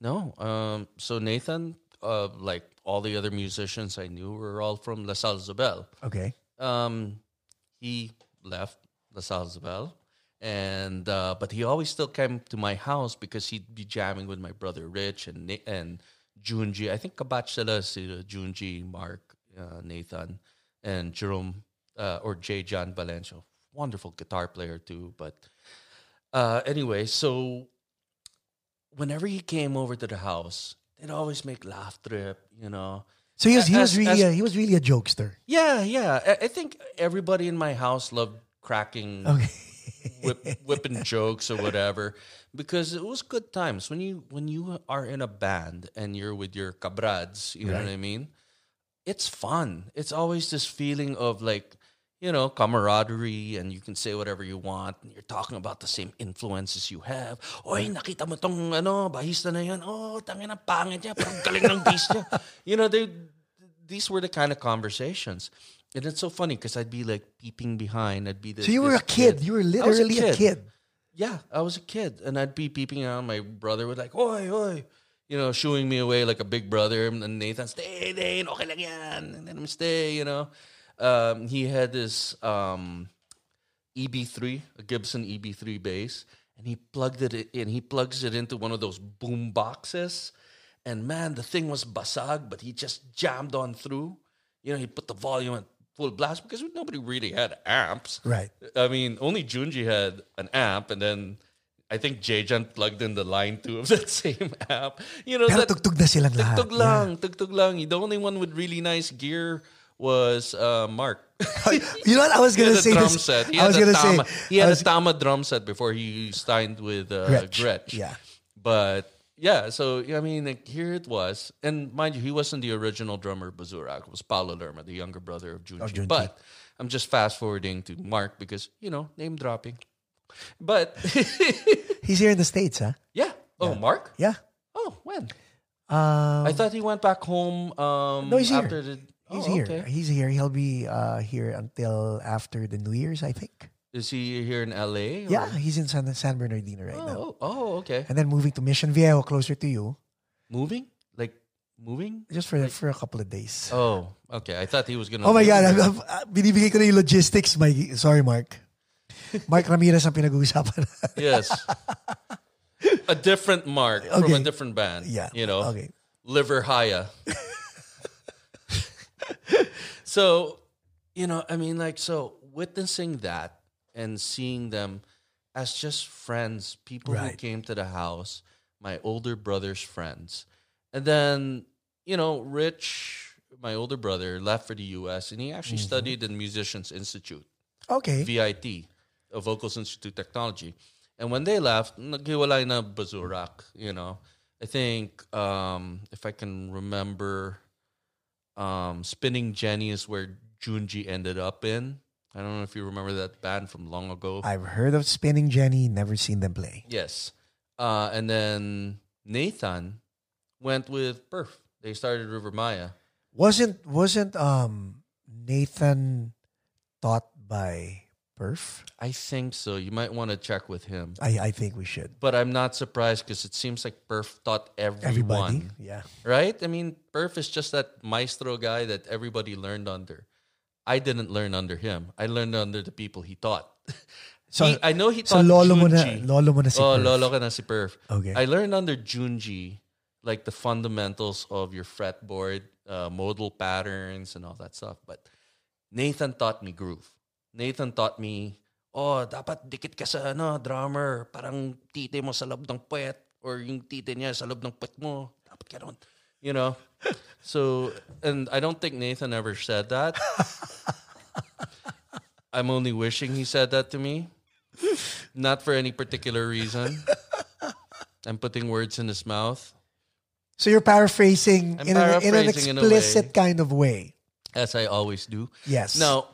S2: No. Um, so Nathan, uh, like all the other musicians I knew, were all from La Salle Zabel.
S1: Okay.
S2: um, he left La Salle Isabel, and uh, but he always still came to my house because he'd be jamming with my brother Rich and Na- and Junji. I think kabatch sila sila Junji, Mark, uh, Nathan, and Jerome uh, or J. John Valencio. Wonderful guitar player too. But uh, anyway, so whenever he came over to the house, they'd always make laugh trip, you know.
S1: So he was he was
S2: As-
S1: really a,
S2: as-
S1: he was really a jokester.
S2: Yeah, yeah. I, I think everybody in my house loved cracking,
S1: Okay.
S2: whip, whipping jokes or whatever, because it was good times. When you when you are in a band and you're with your cabrads, you know what I mean. It's fun. It's always this feeling of like, you know, camaraderie, and you can say whatever you want. And you're talking about the same influences you have. Oy, nakita mo tong ano, bahista na yan. Oh, tangin na pangit niya. Parang galing ng bass niya. You know, they these were the kind of conversations. And it's so funny because I'd be like peeping behind. I'd be this.
S1: So you were a
S2: this
S1: kid. You were
S2: I was
S1: literally a kid.
S2: Yeah, I was a kid, and I'd be peeping out. My brother would like, "Oi, oi," you know, shooing me away like a big brother. And Nathan, stay, Nathan, okay lang yan. And then I'm stay, you know. Um, he had this um, EB3, a Gibson E EB3 bass, and he plugged it in. He plugs it into one of those boom boxes. And man, the thing was basag, but he just jammed on through. You know, he put the volume at full blast because nobody really had amps.
S1: Right.
S2: I mean, only Junji had an amp, and then I think Jayjan plugged in the line two of that same amp. You know,
S1: Pero
S2: that,
S1: tugtog na silang lahat.
S2: Tugtog lang, tugtog lang. The only one with really nice gear was uh, Mark.
S1: You know what I was
S2: he
S1: gonna
S2: had a
S1: say?
S2: drum
S1: this-
S2: set. He
S1: I
S2: had,
S1: was
S2: a,
S1: gonna
S2: Tama,
S1: say.
S2: he had
S1: I
S2: a
S1: was-
S2: Tama drum set before he signed with uh,
S1: Gretsch.
S2: Gretsch.
S1: Yeah.
S2: But yeah, so I mean, like, here it was. And mind you, he wasn't the original drummer of Bazurak. It was Paolo Lerma, the younger brother of Junji.
S1: Oh, Junji.
S2: But I'm just fast forwarding to Mark because, you know, name dropping. But
S1: He's here in the states, huh?
S2: yeah. Oh, Mark?
S1: Yeah.
S2: Oh, when?
S1: Um,
S2: I thought he went back home um,
S1: No, he's here.
S2: after the.
S1: he's
S2: oh,
S1: here.
S2: okay.
S1: He's here. He'll be uh, here until after the New Year's, I think.
S2: Is he here in LA? or-
S1: Yeah, he's in San, San Bernardino right now,
S2: Oh, oh, okay.
S1: and then moving to Mission Viejo, closer to you,
S2: Moving? Like moving?
S1: just for for a couple of days. Oh,
S2: Oh, okay. I thought he was gonna.
S1: my
S2: leave.
S1: God, I'm, I'm, ah, binibigay ko na yung logistics, Mikey. Sorry, Mark. Mark Ramirez ang pinag-uusapan.
S2: Yes. a different Mark from a
S1: Okay.
S2: different band.
S1: yeah.
S2: You know.
S1: Okay.
S2: Liver Haya. so, you know, I mean, like, so witnessing that and seeing them as just friends, people who
S1: Right.
S2: came to the house, my older brother's friends. And then, you know, Rich, my older brother, left for the US and he actually
S1: Mm-hmm.
S2: studied in Musicians Institute.
S1: Okay.
S2: VIT, a Vocals Institute Technology. And when they left, naghiwalay na Bazurak, you know. I think, um, if I can remember, um, Spinning Jenny is where Junji ended up in. I don't know if you remember that band from long ago.
S1: I've heard of Spinning Jenny, never seen them play.
S2: yes. Uh, and then Nathan went with Perf. They started River Maya.
S1: Wasn't wasn't um Nathan taught by Perf?
S2: I think so. You might want to check with him.
S1: I I think we should.
S2: But I'm not surprised because it seems like Perf taught everyone.
S1: Everybody. Yeah.
S2: right? I mean, Perf is just that maestro guy that everybody learned under. I didn't learn under him. I learned under the people he taught.
S1: So-
S2: He- I know he
S1: So
S2: taught
S1: lolo mo na,
S2: Junji.
S1: lolo mo na si
S2: oh,
S1: Perf.
S2: lolo ka na si Perf.
S1: Okay.
S2: I learned under Junji, like the fundamentals of your fretboard, uh, modal patterns, and all that stuff. But Nathan taught me groove. Nathan taught me, oh, dapat dikit ka sa ano, drummer, parang tite mo sa loob ng puwet, or yung tite niya sa loob ng puwet mo. Dapat ganun. You know? So, and I don't think Nathan ever said that. I'm only wishing he said that to me. Not for any particular reason. I'm putting words in his mouth.
S1: So you're paraphrasing,
S2: I'm
S1: in, an, in an
S2: paraphrasing in a
S1: explicit
S2: way.
S1: kind of way.
S2: as I always do.
S1: Yes.
S2: Now,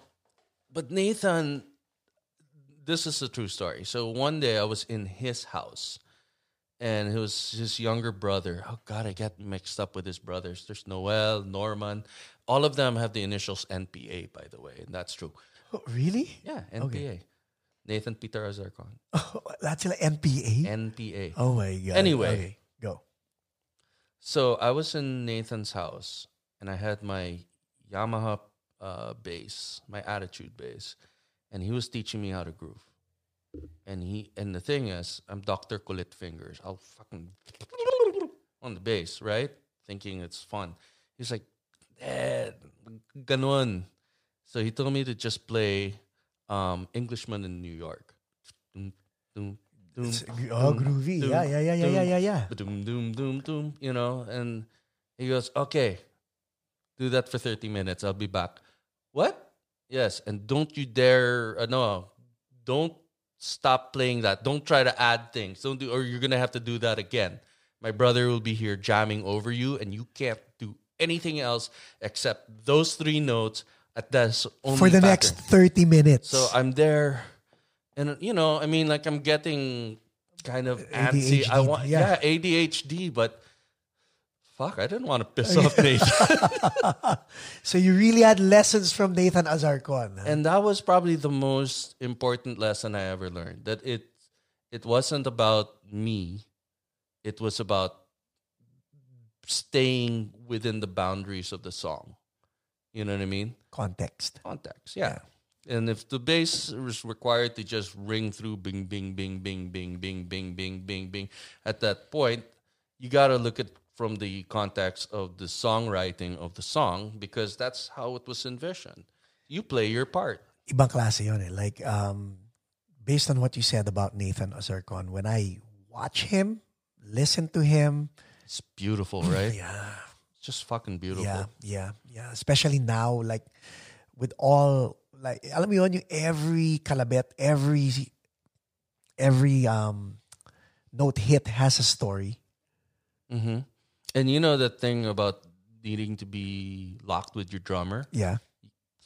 S2: but Nathan, this is a true story. So one day I was in his house, and it was his younger brother. Oh God, I get mixed up with his brothers. There's Noel, Norman. All of them have the initials NPA, by the way, and that's true.
S1: Oh, really?
S2: Yeah, NPA. Nathan Peter Azarcon.
S1: That's like NPA.
S2: NPA.
S1: oh my god.
S2: Anyway.
S1: Okay, go.
S2: So I was in Nathan's house and I had my Yamaha uh, bass, my attitude bass, and he was teaching me how to groove. And he and the thing is, I'm Dr. Colette fingers. I'll fucking on the bass, right? Thinking it's fun. He's like, Dad, ganun. So he told me to just play um, Englishman in New York. Dun, dun, dun, doom,
S1: It's, oh,
S2: doom,
S1: groovy.
S2: doom,
S1: Yeah, yeah, yeah, yeah, yeah, yeah, yeah.
S2: doom, doom, doom, doom, you know, and he goes, okay, do that for 30 minutes. I'll be back. What? Yes. And don't you dare, uh, no, don't stop playing that. Don't try to add things. Don't do, or you're going to have to do that again. My brother will be here jamming over you, and you can't do anything else except those three notes at this only
S1: For the
S2: pattern.
S1: next 30 minutes.
S2: So I'm there, and you know, I mean, like I'm getting kind of antsy. I
S1: ADHD,
S2: want, yeah.
S1: yeah.
S2: ADHD, but fuck, I didn't want to piss off Nathan.
S1: so you really had lessons from Nathan Azarcon. huh?
S2: and that was probably the most important lesson I ever learned. That it, it wasn't about me, it was about staying within the boundaries of the song. You know what I mean?
S1: Context.
S2: Context, yeah. And if the bass was required to just ring through bing, bing, bing, bing, bing, bing, bing, bing, bing, bing, at that point, you got to look at from the context of the songwriting of the song because that's how it was envisioned. You play your part.
S1: Ibang klase yun eh. Like, um, based on what you said about Nathan Azarcon, when I watch him, listen to him,
S2: It's beautiful, right?
S1: yeah,
S2: It's just fucking beautiful.
S1: Yeah, yeah, yeah. Especially now, like with all like alam mo yun, yung every kalabet, every every um note hit has a story.
S2: hmm And you know that thing about needing to be locked with your drummer?
S1: Yeah.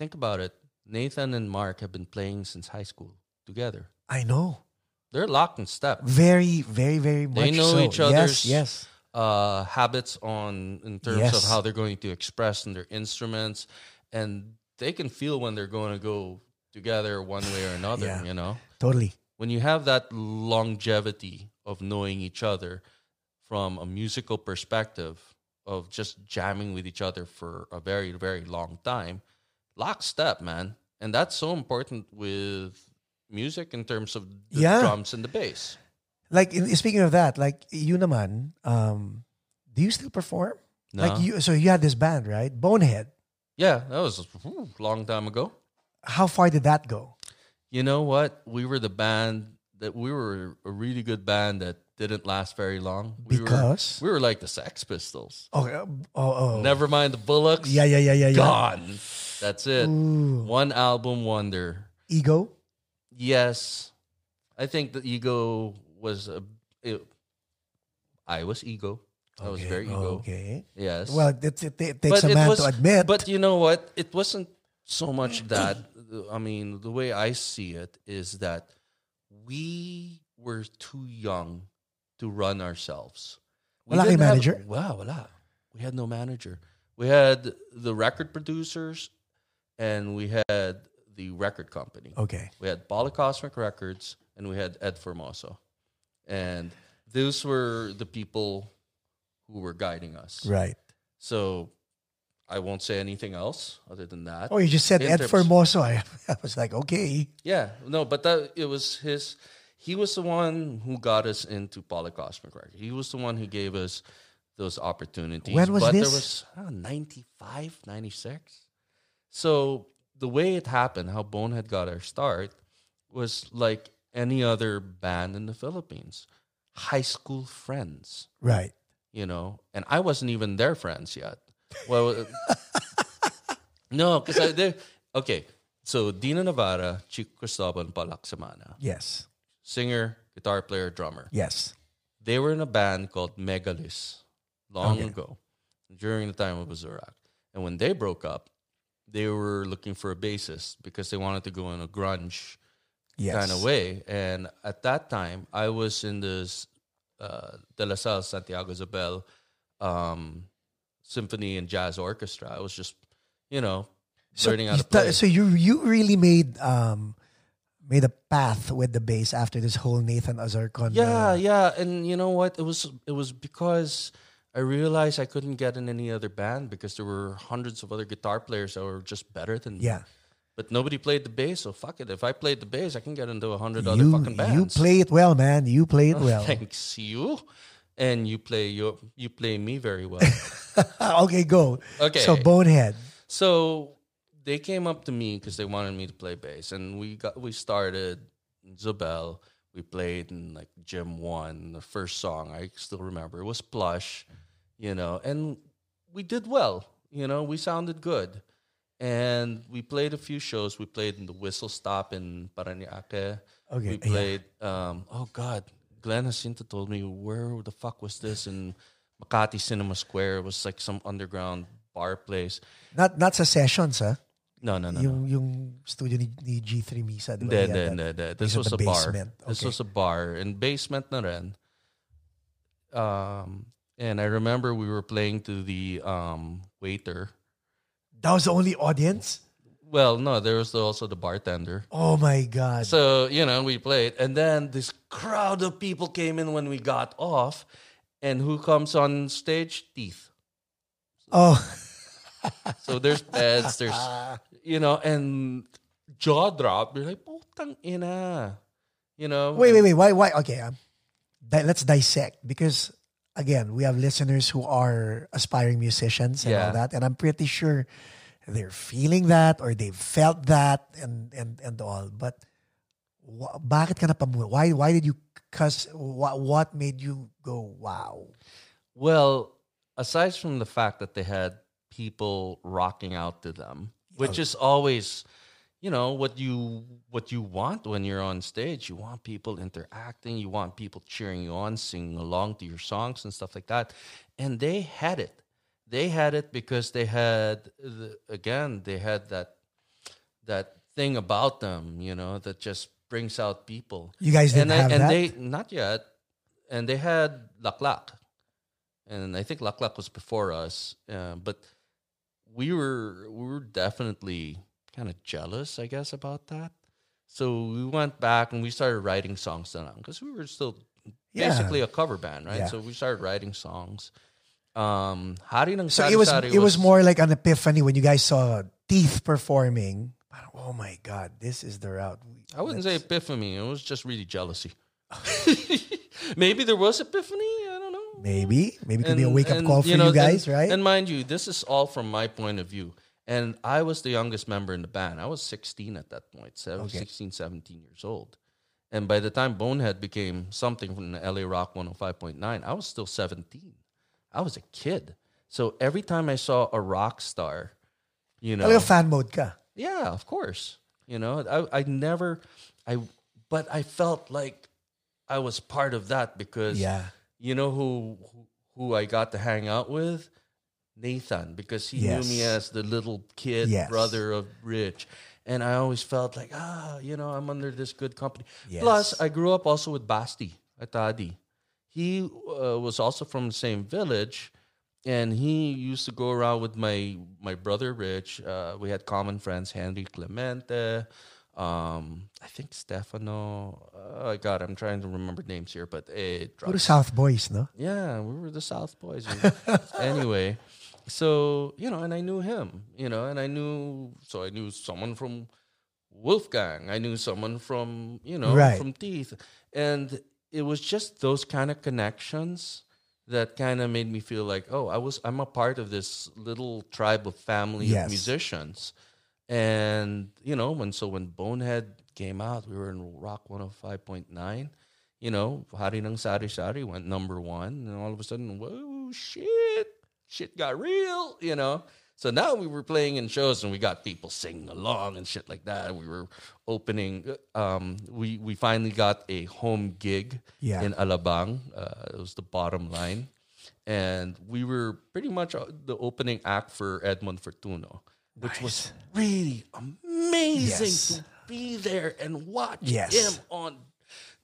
S2: Think about it. Nathan and Mark have been playing since high school together.
S1: I know.
S2: They're locked in step.
S1: Very, very, very much.
S2: They know
S1: so.
S2: each other's-
S1: Yes, yes.
S2: uh, habits on in terms of
S1: Yes.
S2: how they're going to express in their instruments, and they can feel when they're going to go together one way or another.
S1: Yeah.
S2: You know,
S1: Totally.
S2: when you have that longevity of knowing each other from a musical perspective of just jamming with each other for a very very long time, lockstep, man, and that's so important with music in terms of the
S1: Yeah.
S2: drums and the bass.
S1: Like in, speaking of that, like you naman, um, do you still perform?
S2: No?
S1: Like you so you had this band, right? Bonehead.
S2: yeah, that was a long time ago.
S1: How far did that go?
S2: You know what? We were the band that we were a really good band that didn't last very long. We
S1: Because
S2: were, we were like the Sex Pistols.
S1: okay, oh, oh, oh.
S2: Never mind the Bullocks.
S1: Yeah, yeah, yeah, yeah, yeah.
S2: gone. That's it.
S1: Ooh.
S2: One album wonder.
S1: Ego.
S2: Yes, I think the ego was a. It, I was ego. I was
S1: Okay, Oh,
S2: very ego.
S1: Okay.
S2: Yes.
S1: Well, it, it, it takes a man to admit.
S2: But you know what? It wasn't so much that. I mean, the way I see it is that we were too young to run ourselves. We
S1: Wala kayong
S2: didn't have-
S1: manager?
S2: Wow, wala. We had no manager. We had the record producers, and we had the record company.
S1: okay,
S2: We had Cosmic Records and we had Ed Formoso. And those were the people who were guiding us.
S1: right.
S2: So I won't say anything else other than that.
S1: Oh, you just said
S2: In
S1: Ed
S2: terms-
S1: Formoso. I, I was like, okay,
S2: Yeah, no, but that it was his. He was the one who got us into Polycosmic Records. He was the one who gave us those opportunities.
S1: When was
S2: but
S1: this?
S2: There was I don't know, 95, 96. So the way it happened, how Bonehead got our start, was like any other band in the Philippines. High school friends
S1: right.
S2: you know, and I wasn't even their friends yet. Well, uh, no, because I they okay. So Dina Navarra, Chico Cristobal, and Palaksamana,
S1: Yes,
S2: singer, guitar player, drummer.
S1: yes.
S2: They were in a band called Megalis long
S1: Okay.
S2: ago, during the time of Azurak. And when they broke up, they were looking for a bassist because they wanted to go in a grunge
S1: Yes.
S2: kind of way. And at that time, I was in this uh, De La Salle Santiago Isabel um, Symphony and Jazz Orchestra. I was just, you know,
S1: So,
S2: learning how
S1: you
S2: to play.
S1: th- so you you really made um made a path with the bass after this whole Nathan Azarcon.
S2: yeah,
S1: uh,
S2: yeah, and you know what? It was it was because I realized I couldn't get in any other band because there were hundreds of other guitar players that were just better than me.
S1: yeah.
S2: But nobody played the bass, so fuck it. If I played the bass, I can get into a hundred other
S1: You
S2: fucking bands. Oh,
S1: you play it well, man. You play it well.
S2: Thanks you, and you play your you play me very well.
S1: okay, go.
S2: Okay.
S1: So Bonehead.
S2: So they came up to me because they wanted me to play bass, and we got we started Zabel. we played and like Jim won the first song. I still remember it was Plush, you know, and we did well. You know, we sounded good, and we played a few shows. We played in the Whistle Stop in Paranaque.
S1: Okay,
S2: we
S1: yeah.
S2: played. Um, oh God, Glenn Jacinto told me where the fuck was this in Makati Cinema Square? It was like some underground bar place.
S1: Not not sa sessions, ha?
S2: No, no, no, no.
S1: yung, yung studio ni, ni G3 Misa, di ba?
S2: Hindi,
S1: Yeah,
S2: hindi,
S1: that-
S2: hindi, hindi. This
S1: These are
S2: was
S1: the
S2: a bar.
S1: basement.
S2: This
S1: Okay.
S2: was a bar. And basement na rin. Um, and I remember we were playing to the um, waiter.
S1: That was the only audience?
S2: Well, no, there was also the bartender.
S1: Oh my God.
S2: So, you know, we played. And then this crowd of people came in when we got off. And who comes on stage? Teeth.
S1: oh.
S2: So there's beds, there's, you know, and jaw drop. You're like, putang ina. You know?
S1: Wait, wait, wait. Why? Why? Okay, um, di- let's dissect because again, we have listeners who are aspiring musicians and
S2: Yeah.
S1: all that, and I'm pretty sure they're feeling that or they've felt that and and and all. But wh- bakit ka napamu- Why? Why did you cuss? What? What made you go? Wow.
S2: Well, aside from the fact that they had people rocking out to them, which is always, you know, what you what you want when you're on stage. You want people interacting, you want people cheering you on, singing along to your songs and stuff like that. And they had it. They had it because they had the, again, they had that that thing about them, you know, that just brings out people.
S1: You guys
S2: and
S1: didn't
S2: I,
S1: have
S2: and
S1: that.
S2: they not yet. And they had Laklak, and I think Laklak was before us. Uh, but we were we were definitely kind of jealous, I guess, about that. So we went back and we started writing songs then because we were still
S1: Yeah.
S2: basically a cover band, right?
S1: Yeah.
S2: So we started writing songs. Um, Hari ng
S1: so
S2: Sari
S1: it was.
S2: Sari
S1: It was more like an epiphany when you guys saw Teeth performing. Parang, Oh my God! This is the route.
S2: I wouldn't say
S1: Let's-
S2: epiphany. It was just really jealousy. Maybe there was epiphany. I don't know.
S1: Maybe, maybe it could be a
S2: And-
S1: wake up
S2: and,
S1: call for you,
S2: know,
S1: guys,
S2: and-
S1: right?
S2: And mind you, this is all from my point of view. And I was the youngest member in the band. I was 16 at that point, seven,
S1: Okay.
S2: 16, 17 years old. And by the time Bonehead became something from the LA Rock 105.9, I was still 17. I was a kid. So every time I saw a rock star, you know,
S1: Talaga fan mode ka.
S2: yeah, of course. You know, I, I never, I, but I felt like I was part of that because
S1: Yeah.
S2: you know who who- who I got to hang out with? Nathan, because he
S1: Yes.
S2: knew me as the little kid
S1: Yes.
S2: brother of Rich. And I always felt like, ah, you know, I'm under this good company.
S1: Yes.
S2: Plus, I grew up also with Basti Atadi. He uh, was also from the same village, and he used to go around with my my brother Rich. Uh, we had common friends, Henry Clemente, um, I think Stefano. Oh God, I'm trying to remember names here, but eh,
S1: Puro
S2: drugs.
S1: South Boys, no?
S2: Yeah, we were the South Boys. anyway, so you know, and I knew him, you know, and I knew so I knew someone from Wolfgang. I knew someone from you know
S1: Right.
S2: from Teeth, and it was just those kind of connections that kind of made me feel like, oh, I was I'm a part of this little tribe of family
S1: Yes.
S2: of musicians, and you know when so when Bonehead came out, we were in Rock 105.9 you know, Hari ng Sari Sari went number one, and all of a sudden, whoa, shit, shit got real, you know. So now we were playing in shows, and we got people singing along and shit like that. We were opening. Um, we we finally got a home gig
S1: Yeah.
S2: in Alabang. Uh, it was the bottom line, and we were pretty much uh, the opening act for Edmond Fortuno, which was really amazing
S1: Yes.
S2: to be there and watch
S1: Yes.
S2: him on.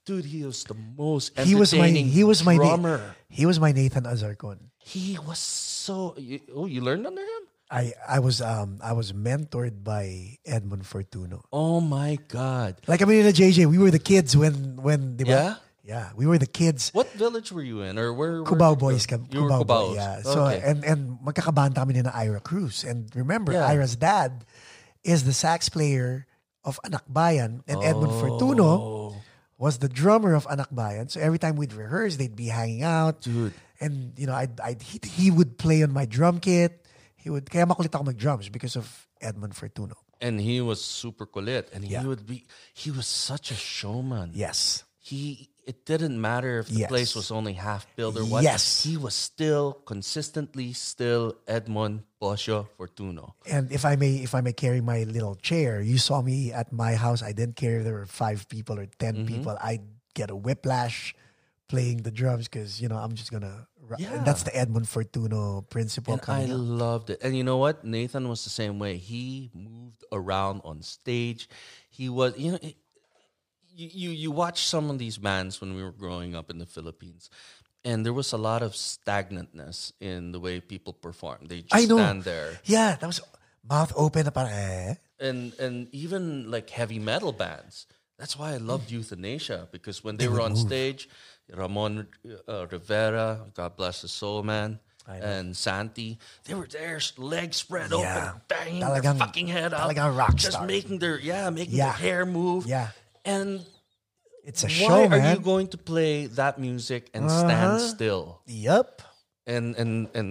S2: Dude, he was the most
S1: He was my
S2: entertaining
S1: he was my Na-
S2: drummer.
S1: he was my Nathan Azarcon.
S2: He was so. you- oh, you learned under him?
S1: I I was um I was mentored by Edmond Fortuno.
S2: Oh my god!
S1: Like I mean, in JJ, we were the kids when when they
S2: Yeah?
S1: yeah we were the kids.
S2: What village were you in, or where? where
S1: Cubao
S2: did you
S1: boys,
S2: go?
S1: ka,
S2: You were
S1: Cubao boy,
S2: Cubaos.
S1: yeah. So
S2: Okay.
S1: and and magkakabanta kami ni na Ira Cruz. And remember,
S2: Yeah.
S1: Ira's dad is the sax player of Anakbayan, and Edmond Fortuno
S2: oh,
S1: was the drummer of Anakbayan. So every time we'd rehearse, they'd be hanging out.
S2: dude,
S1: And you know, I'd, I'd he, he would play on my drum kit. He would kaya makulit ako mag drums because of Edmond Fortuno.
S2: and he was super colit, and
S1: Yeah.
S2: he would be. He was such a showman.
S1: Yes.
S2: he it didn't matter if the
S1: Yes.
S2: place was only half built or what.
S1: Yes.
S2: He was still consistently still Edmond Bosio Fortuno.
S1: And if I may, if I may carry my little chair, you saw me at my house. I didn't care if there were five people or 10
S2: Mm-hmm.
S1: people. I get a whiplash playing the drums because you know I'm just gonna. ru-
S2: Yeah.
S1: And that's the Edmund Fortuno principle.
S2: And I
S1: coming up.
S2: loved it. And you know what? Nathan was the same way. He moved around on stage. He was, you know, it- you, you you watch some of these bands when we were growing up in the Philippines, and there was a lot of stagnantness in the way people perform. They just
S1: I know.
S2: stand there,
S1: Yeah, that was mouth open. Parang, eh.
S2: and and even like heavy metal bands. That's why I loved Euthanasia because when they, were on stage, Ramon uh, Rivera, God bless his soul, man, and Santi, they were there, s- legs spread
S1: Yeah.
S2: open, banging
S1: Talagang-
S2: their fucking head out,
S1: talagang rock
S2: just
S1: star.
S2: making their yeah, making
S1: Yeah.
S2: their hair move,
S1: Yeah.
S2: And
S1: It's a
S2: why
S1: show,
S2: are
S1: man. Uh-huh.
S2: you going to play that music and stand still?
S1: yep.
S2: And and and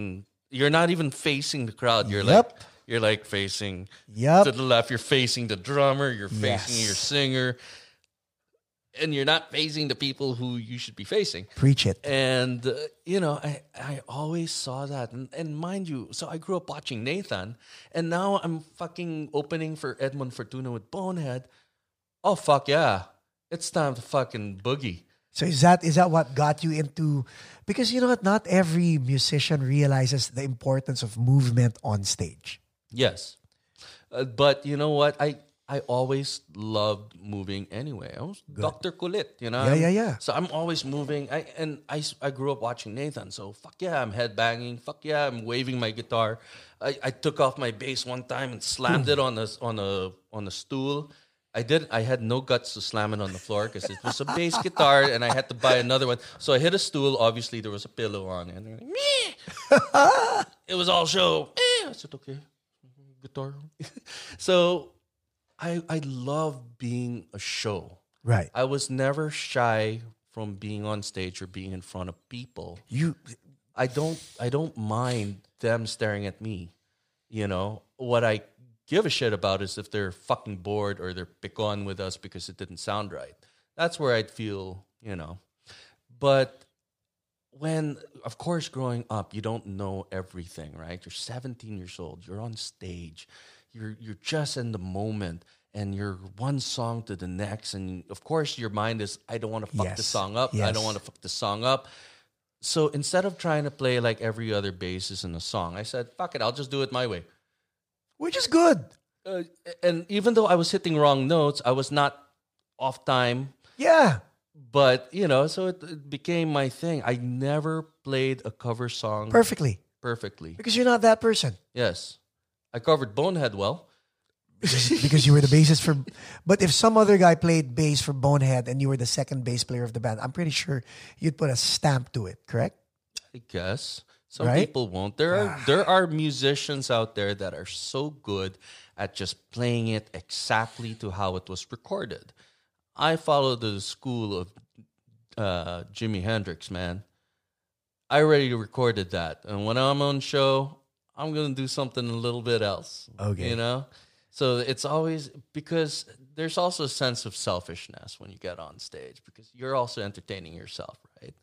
S2: you're not even facing the crowd. You're
S1: Yep.
S2: like you're like facing
S1: Yep.
S2: to the left. You're facing the drummer. You're facing
S1: Yes.
S2: your singer, and you're not facing the people who you should be facing.
S1: Preach it.
S2: And uh, you know, I I always saw that, and, and mind you, so I grew up watching Nathan, and now I'm fucking opening for Edmund Fortuna with Bonehead. Oh fuck yeah, it's time to fucking boogie.
S1: So is that is that what got you into? Because you know what, not every musician realizes the importance of movement on stage.
S2: Yes, uh, but you know what? I I always loved moving anyway. I was Doctor Kulit, you know.
S1: Yeah,
S2: I'm-
S1: yeah, yeah.
S2: So I'm always moving. I and I s- I grew up watching Nathan. So fuck yeah, I'm headbanging. Fuck yeah, I'm waving my guitar. I, I took off my bass one time and slammed
S1: Hmm.
S2: it on a s- on a on a stool. I did. I had no guts to slam it on the floor because it was a bass guitar, and I had to buy another one. So I hit a stool. Obviously, there was a pillow on it. And they're like, "Meh." it was all show. Eh, I said, okay, guitar. so I I love being a show.
S1: Right.
S2: I was never shy from being on stage or being in front of people.
S1: You
S2: I don't I don't mind them staring at me. You know, what I give a shit about is if they're fucking bored or they're pick on with us because it didn't sound right. That's where I'd feel, you know. But when of course growing up, you don't know everything, right? You're 17 years old, you're on stage, you're you're just in the moment and you're one song to the next and of course your mind is I don't want to fuck
S1: Yes.
S2: this song up. I
S1: Yes.
S2: don't want to fuck this song up. So instead of trying to play like every other basis in a song, I said, fuck it, I'll just do it my way.
S1: which is good.
S2: Uh, and even though I was hitting wrong notes, I was not off time,
S1: Yeah.
S2: but you know, so it, it became my thing. I never played a cover song
S1: Perfectly.
S2: perfectly.
S1: Because you're not that person.
S2: Yes. I covered Bonehead well.
S1: Because you were the bassist for but if some other guy played bass for Bonehead and you were the second bass player of the band, I'm pretty sure you'd put a stamp to it, correct?
S2: I guess some
S1: Right?
S2: people won't. There are there are musicians out there that are so good at just playing it exactly to how it was recorded. I followed the school of uh, Jimi Hendrix, man. I already recorded that, and when I'm on show, I'm gonna do something a little bit else.
S1: Okay.
S2: you know. So it's always because there's also a sense of selfishness when you get on stage because you're also entertaining yourself, right?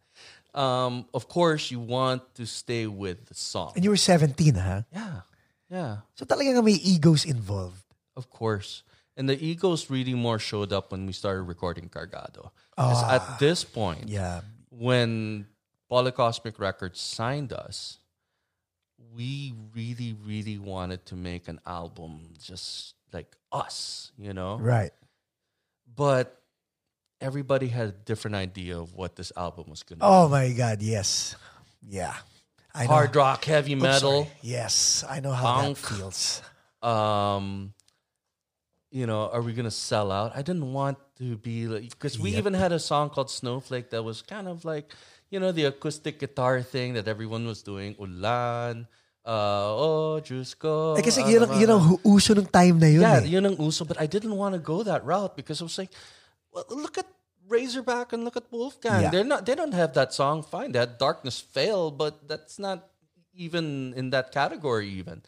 S2: um, of course, you want to stay with the song.
S1: And you were 17, huh?
S2: yeah, yeah,
S1: So talagang may egos involved.
S2: of course. And the egos really more showed up when we started recording Cargado. 'Cause
S1: Ah,
S2: at this point,
S1: Yeah.
S2: when Polycosmic Records signed us, we really, really wanted to make an album just like us, you know?
S1: Right.
S2: But everybody had a different idea of what this album was going to
S1: Oh my god, yes. Yeah. I
S2: be.
S1: know.
S2: Hard rock, heavy metal.
S1: Sorry. Yes, I know how
S2: Punk.
S1: that feels.
S2: um you know are we gonna sell out i didn't want to be like because we
S1: Yep.
S2: even had a song called snowflake that was kind of like you know the acoustic guitar thing that everyone was doing ulan uh oh Jusko.
S1: Eh, kasi yun, ang- yun ang hu- uso ng time na yun
S2: Uh,
S1: eh.
S2: yeah yun ang uso but i didn't want to go that route because i was like well, look at razorback and look at wolfgang
S1: Yeah.
S2: they're not they don't have that song fine that darkness fail but that's not even in that category even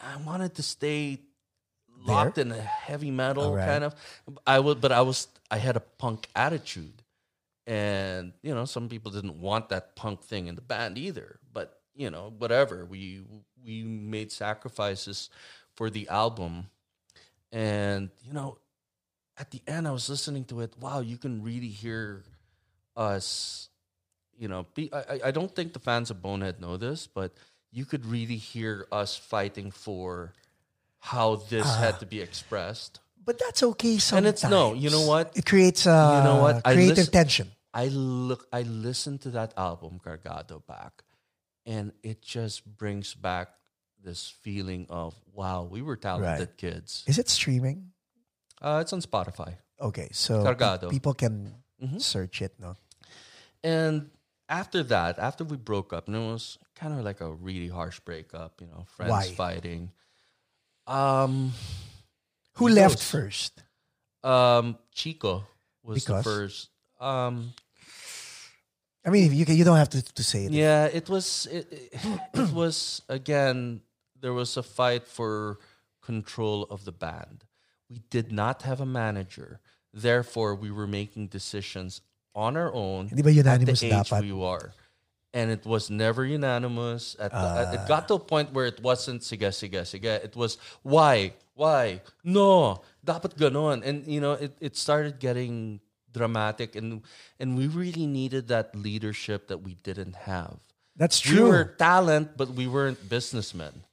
S2: i wanted to stay locked in a heavy metal
S1: Alright.
S2: kind of i would but i was i had a punk attitude and you know some people didn't want that punk thing in the band either but you know whatever we we made sacrifices for the album and you know at the end i was listening to it wow you can really hear us you know be, I, I- I don't think the fans of bonehead know this but you could really hear us fighting for how this had to be expressed
S1: But that's okay
S2: And
S1: sometimes.
S2: it's- no, you know what?
S1: It creates uh,
S2: You know what? I
S1: creative
S2: listen-
S1: tension.
S2: I look I listened to that album Gargado back and it just brings back this feeling of wow, we were talented kids.
S1: Is it streaming?
S2: Uh, it's on Spotify.
S1: Okay, so
S2: Cargado.
S1: people can
S2: Mhm.
S1: search it. No,
S2: And after that, after we broke up, and it was kind of like a really harsh breakup, you know,
S1: Why?
S2: friends fighting. Um
S1: who
S2: Who
S1: left
S2: knows?
S1: first?
S2: um Chico was
S1: Because?
S2: the first um
S1: I mean, if you can, you don't have to, to say it.
S2: Yeah, it was it, it, it was again there was a fight for control of the band. We did not have a manager. Therefore, we were making decisions on our own
S1: Hindi ba unanimous
S2: at the age
S1: dapat?
S2: we were. And it was never unanimous. At the, at- it got to a point where it wasn't sige, sige, sige. It was why, why, no, dapat ganon. And you know, it, it started getting dramatic, and and we really needed that leadership that we didn't have.
S1: That's
S2: We
S1: true.
S2: were talent, but we weren't businessmen.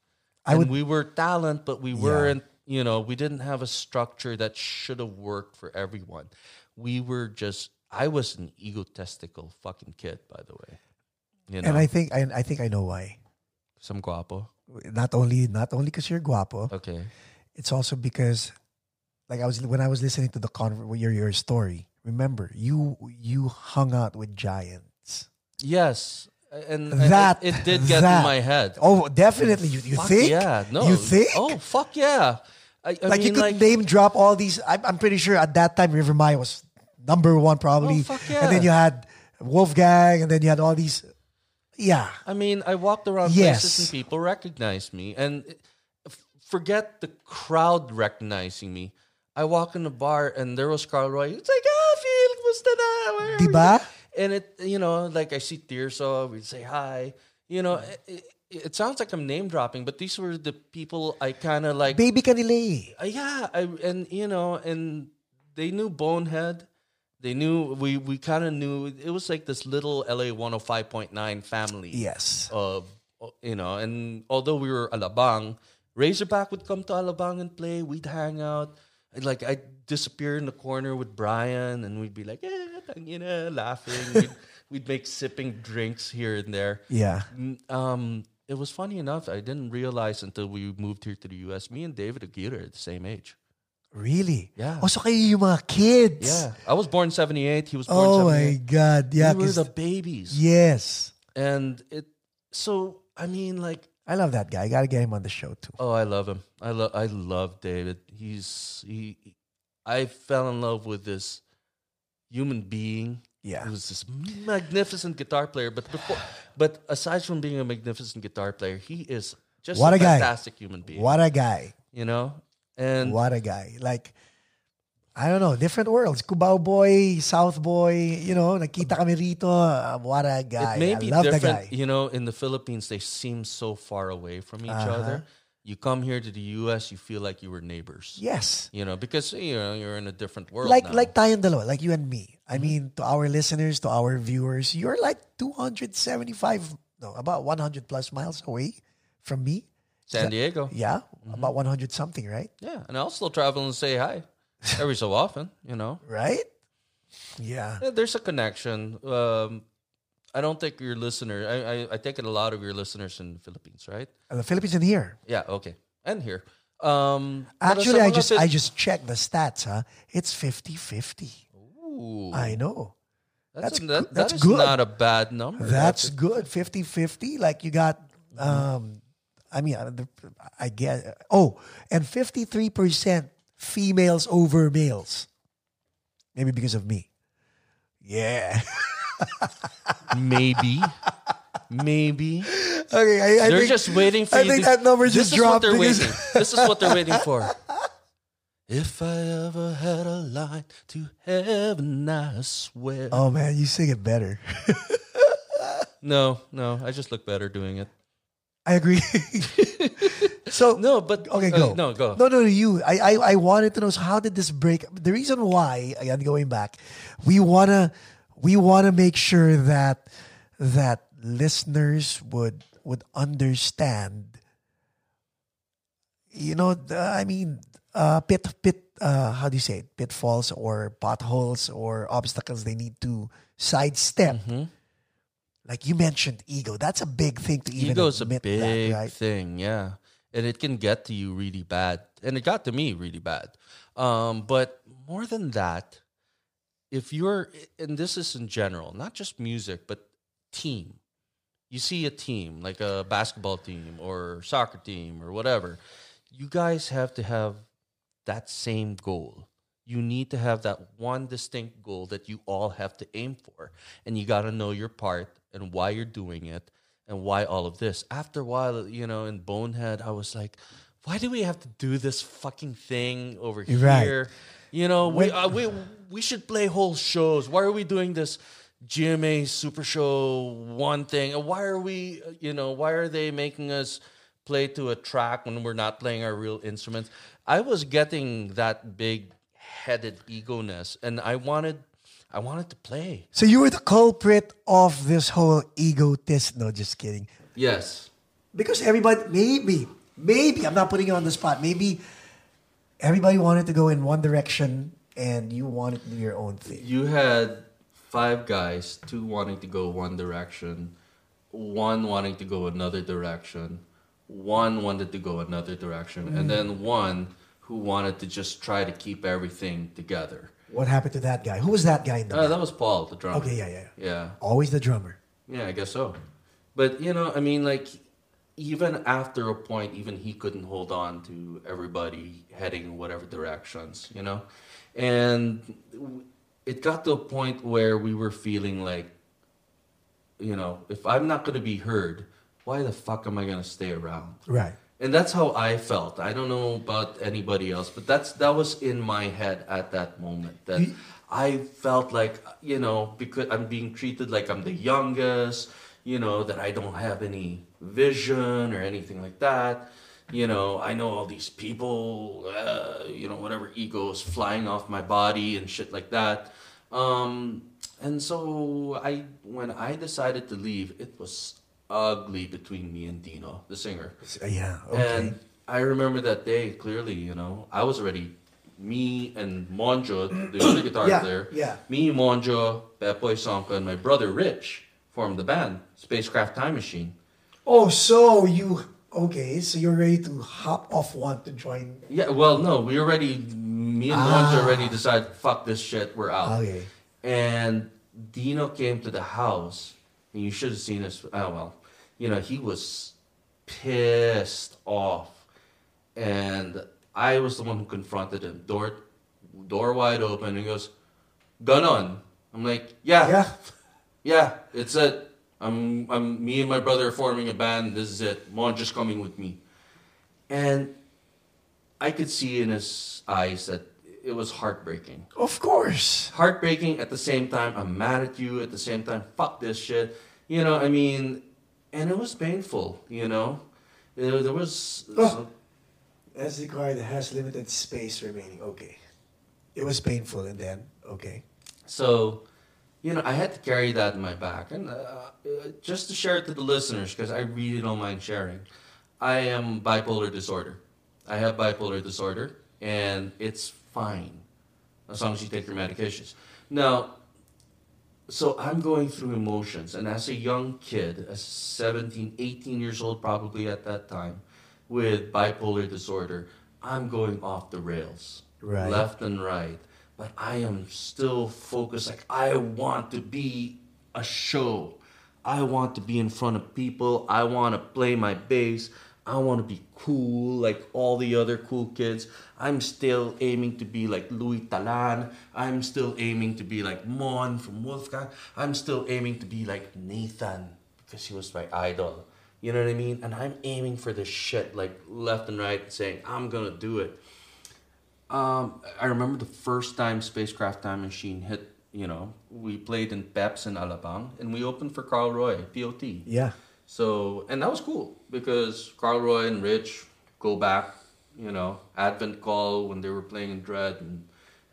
S1: I
S2: and
S1: would-
S2: we were talent, but we weren't. You know, we didn't have a structure that should have worked for everyone. We were just. I was an egotistical fucking kid, by the way. You know,
S1: and I think I, I think I know why.
S2: some guapo.
S1: Not only not only because you're guapo,
S2: Okay.
S1: it's also because, like I was when I was listening to the con- your your story. Remember, you you hung out with giants.
S2: Yes, and and
S1: That-
S2: it, it did get
S1: that.
S2: in my head.
S1: Oh, definitely. You you
S2: fuck
S1: think?
S2: Yeah. No.
S1: You think?
S2: Oh fuck yeah. I, I
S1: like
S2: mean,
S1: you could
S2: like,
S1: name drop all these. I'm, I'm pretty sure at that time River Maya was number one probably,
S2: Oh, fuck yeah.
S1: and then you had Wolfgang, and then you had all these. Yeah,
S2: I mean, I walked around places
S1: Yes.
S2: and people recognized me, and f- forget the crowd recognizing me. I walk in the bar and there was Carl Roy. It's like, ah, Phil, kumusta na? Where are
S1: Diba?
S2: you?" And it, you know, like I see Tirso, we'd say hi. You know, it, it, it sounds like I'm name dropping, but these were the people I kind of like
S1: baby Canile.
S2: Uh, yeah, I, and you know, and they knew Bonehead. They knew we we kind of knew it was like this little LA 105.9 family.
S1: Yes,
S2: Of you know, and although we were Alabang, Razorback would come to Alabang and play. We'd hang out. And like I'd disappear in the corner with Brian, and we'd be like, eh, you know, laughing. we'd, we'd make sipping drinks here and there.
S1: yeah.
S2: N- um, it was funny enough. I didn't realize until we moved here to the U.S. Me and David Aguirre are the same age.
S1: Really?
S2: Yeah.
S1: Also, kayo yung mga kids.
S2: Yeah, I was born '78. He was born
S1: Oh my
S2: '78.
S1: God. Yeah.
S2: we were
S1: 'cause-
S2: the babies,
S1: yes.
S2: and it. So I mean, like,
S1: I love that guy. I gotta get him on the show too.
S2: oh, I love him. I love. I love David. He's he. he- I fell in love with this human being.
S1: Yeah.
S2: He was this magnificent guitar player, but before, but aside from being a magnificent guitar player, he is just
S1: What
S2: a,
S1: a guy.
S2: fantastic human being.
S1: What a guy.
S2: you know? And
S1: What a guy. Like, I don't know, different worlds. Cubao boy, South boy, you know, nakita kami rito. Uh, What a guy.
S2: it may
S1: I
S2: be
S1: love the guy.
S2: different, you know, in the Philippines, they seem so far away from each
S1: Uh-huh.
S2: other. You come here to the US, you feel like you were neighbors.
S1: Yes.
S2: You know, because you know, you're in a different world.
S1: Like
S2: now. Mm-hmm.
S1: like tayong dalawa, like you and me. I mean, to our listeners, to our viewers, you're like 275, no, about 100 plus miles away from me.
S2: San Diego.
S1: Yeah,
S2: Mm-hmm.
S1: about 100 something, right?
S2: Yeah. And I'll still travel and say hi every so often, you know.
S1: Right? Yeah.
S2: Yeah, There's a connection. Um I don't think your listener I, I, I take it a lot of your listeners in the Philippines, right?
S1: And the Philippines in here.
S2: Yeah, okay. And here. Um pero
S1: Actually,
S2: sa
S1: I
S2: mga
S1: just
S2: Phil-
S1: I just checked the stats, huh? It's 50-50.
S2: Ooh,
S1: I know. that's
S2: that's a-
S1: goo-
S2: that,
S1: that's
S2: that is
S1: good.
S2: not a bad number.
S1: That's good. 50-50 like you got um I mean I- the- I guess oh, and 53% females over males. Maybe because of me. Yeah.
S2: Maybe. Maybe.
S1: okay, I, I
S2: they're
S1: think
S2: just waiting for
S1: I
S2: you.
S1: think
S2: to-
S1: that number
S2: this
S1: just
S2: is what
S1: dropped
S2: they're
S1: because-
S2: waiting. This is what they're waiting for. If I ever had a line to heaven, I swear.
S1: Oh man, you sing it better.
S2: No, no, I just look better doing it.
S1: I agree. so
S2: No, but
S1: Okay, go.
S2: uh, no, go.
S1: No, no, no, you. I, I, I wanted to know so how did this break? The reason why, again, going back, we wanna, we wanna make sure that that listeners would would understand. You know, the- I mean, uh, pit pit. Uh, how do you say it? Pitfalls or potholes or obstacles they need to sidestep.
S2: Mm-hmm.
S1: Like you mentioned, ego. That's a big thing to even
S2: Ego's a
S1: admit
S2: big
S1: that, right?
S2: thing, yeah, and it can get to you really bad, and it got to me really bad. Um, but more than that, if you're, and this is in general, not just music, but team. You see a team like a basketball team or soccer team or whatever. You guys have to have that same goal. You need to have that one distinct goal that you all have to aim for. And you got to know your part and why you're doing it and why all of this. After a while, you know, in Bonehead, I was like, why do we have to do this fucking thing over
S1: You're right.
S2: here? You know, we,
S1: When-
S2: uh, we, we should play whole shows. Why are we doing this GMA Super Show one thing? And Why are we, uh, you know, why are they making us play to a track when we're not playing our real instruments? I was getting that big headed ego ness, and I wanted, I wanted to play.
S1: So you were the culprit of this whole egotist. No, just kidding.
S2: Yes.
S1: Because everybody, maybe, maybe, I'm not putting you on the spot. Maybe everybody wanted to go in one direction and you wanted to do your own thing.
S2: You had five guys, two wanting to go one direction, one wanting to go another direction, one wanted to go another direction,
S1: Mm-hmm.
S2: and then one who wanted to just try to keep everything together.
S1: What happened to that guy? Who was that guy in the
S2: Uh,
S1: band?
S2: that was Paul, the drummer.
S1: Okay, yeah, yeah.
S2: Yeah.
S1: Always the drummer.
S2: Yeah, I guess so. But you know, I mean, like even after a point, even he couldn't hold on to everybody heading whatever directions, you know. And w- it got to a point where we were feeling like, you know, if I'm not going to be heard, why the fuck am I going to stay around?
S1: Right.
S2: And that's how I felt. I don't know about anybody else, but that's that was in my head at that moment that I felt like you know because I'm being treated like I'm the youngest, you know that I don't have any vision or anything like that. You know, I know all these people, uh, you know, whatever ego is flying off my body and shit like that. Um, and so I, when I decided to leave, it was ugly between me and Dino, the singer.
S1: So, yeah. Okay.
S2: And I remember that day clearly, you know. I was already me and Monjo, the other guitar
S1: Yeah,
S2: player.
S1: yeah.
S2: Me, Monjo, Bad Boy Sonka, and my brother Rich formed the band, Spacecraft Time Machine.
S1: oh, so you, okay, so you're ready to hop off one to join.
S2: Yeah, well, no, we already, me and Monjo already decided, fuck this shit, we're out.
S1: Okay.
S2: And Dino came to the house, and you should have seen us. Oh, well, you know, he was pissed off. And I was the one who confronted him, door, door wide open, and he goes, gun on. I'm like, yeah,
S1: Yeah.
S2: yeah, it's it. I'm, I'm, me and my brother are forming a band. This is it. Monjo's coming with me. And I could see in his eyes that it was heartbreaking
S1: Of course.
S2: heartbreaking at the same time i'm mad at you at the same time fuck this shit you know i mean and it was painful you know there there was
S1: Oh. As required, has limited space remaining. Okay. It was painful and then, okay.
S2: so you know i had to carry that in my back and uh, uh, just to share it to the listeners because i really don't mind sharing i am bipolar disorder i have bipolar disorder and it's fine as long as you take your medications now so i'm going through emotions and as a young kid as 17 18 years old probably at that time with bipolar disorder i'm going off the rails
S1: Right.
S2: left and right but i am still focused like i want to be a show i want to be in front of people i want to play my bass i want to be cool like all the other cool kids i'm still aiming to be like louis talan i'm still aiming to be like mon from wolfgang i'm still aiming to be like nathan because he was my idol you know what i mean and i'm aiming for this shit like left and right saying i'm gonna do it Um, I remember the first time Spacecraft Time Machine hit, you know, we played in Peps in Alabang and we opened for Carl Roy, POT.
S1: Yeah.
S2: So, and that was cool because Carl Roy and Rich go back, you know, Advent Call when they were playing in Dread and,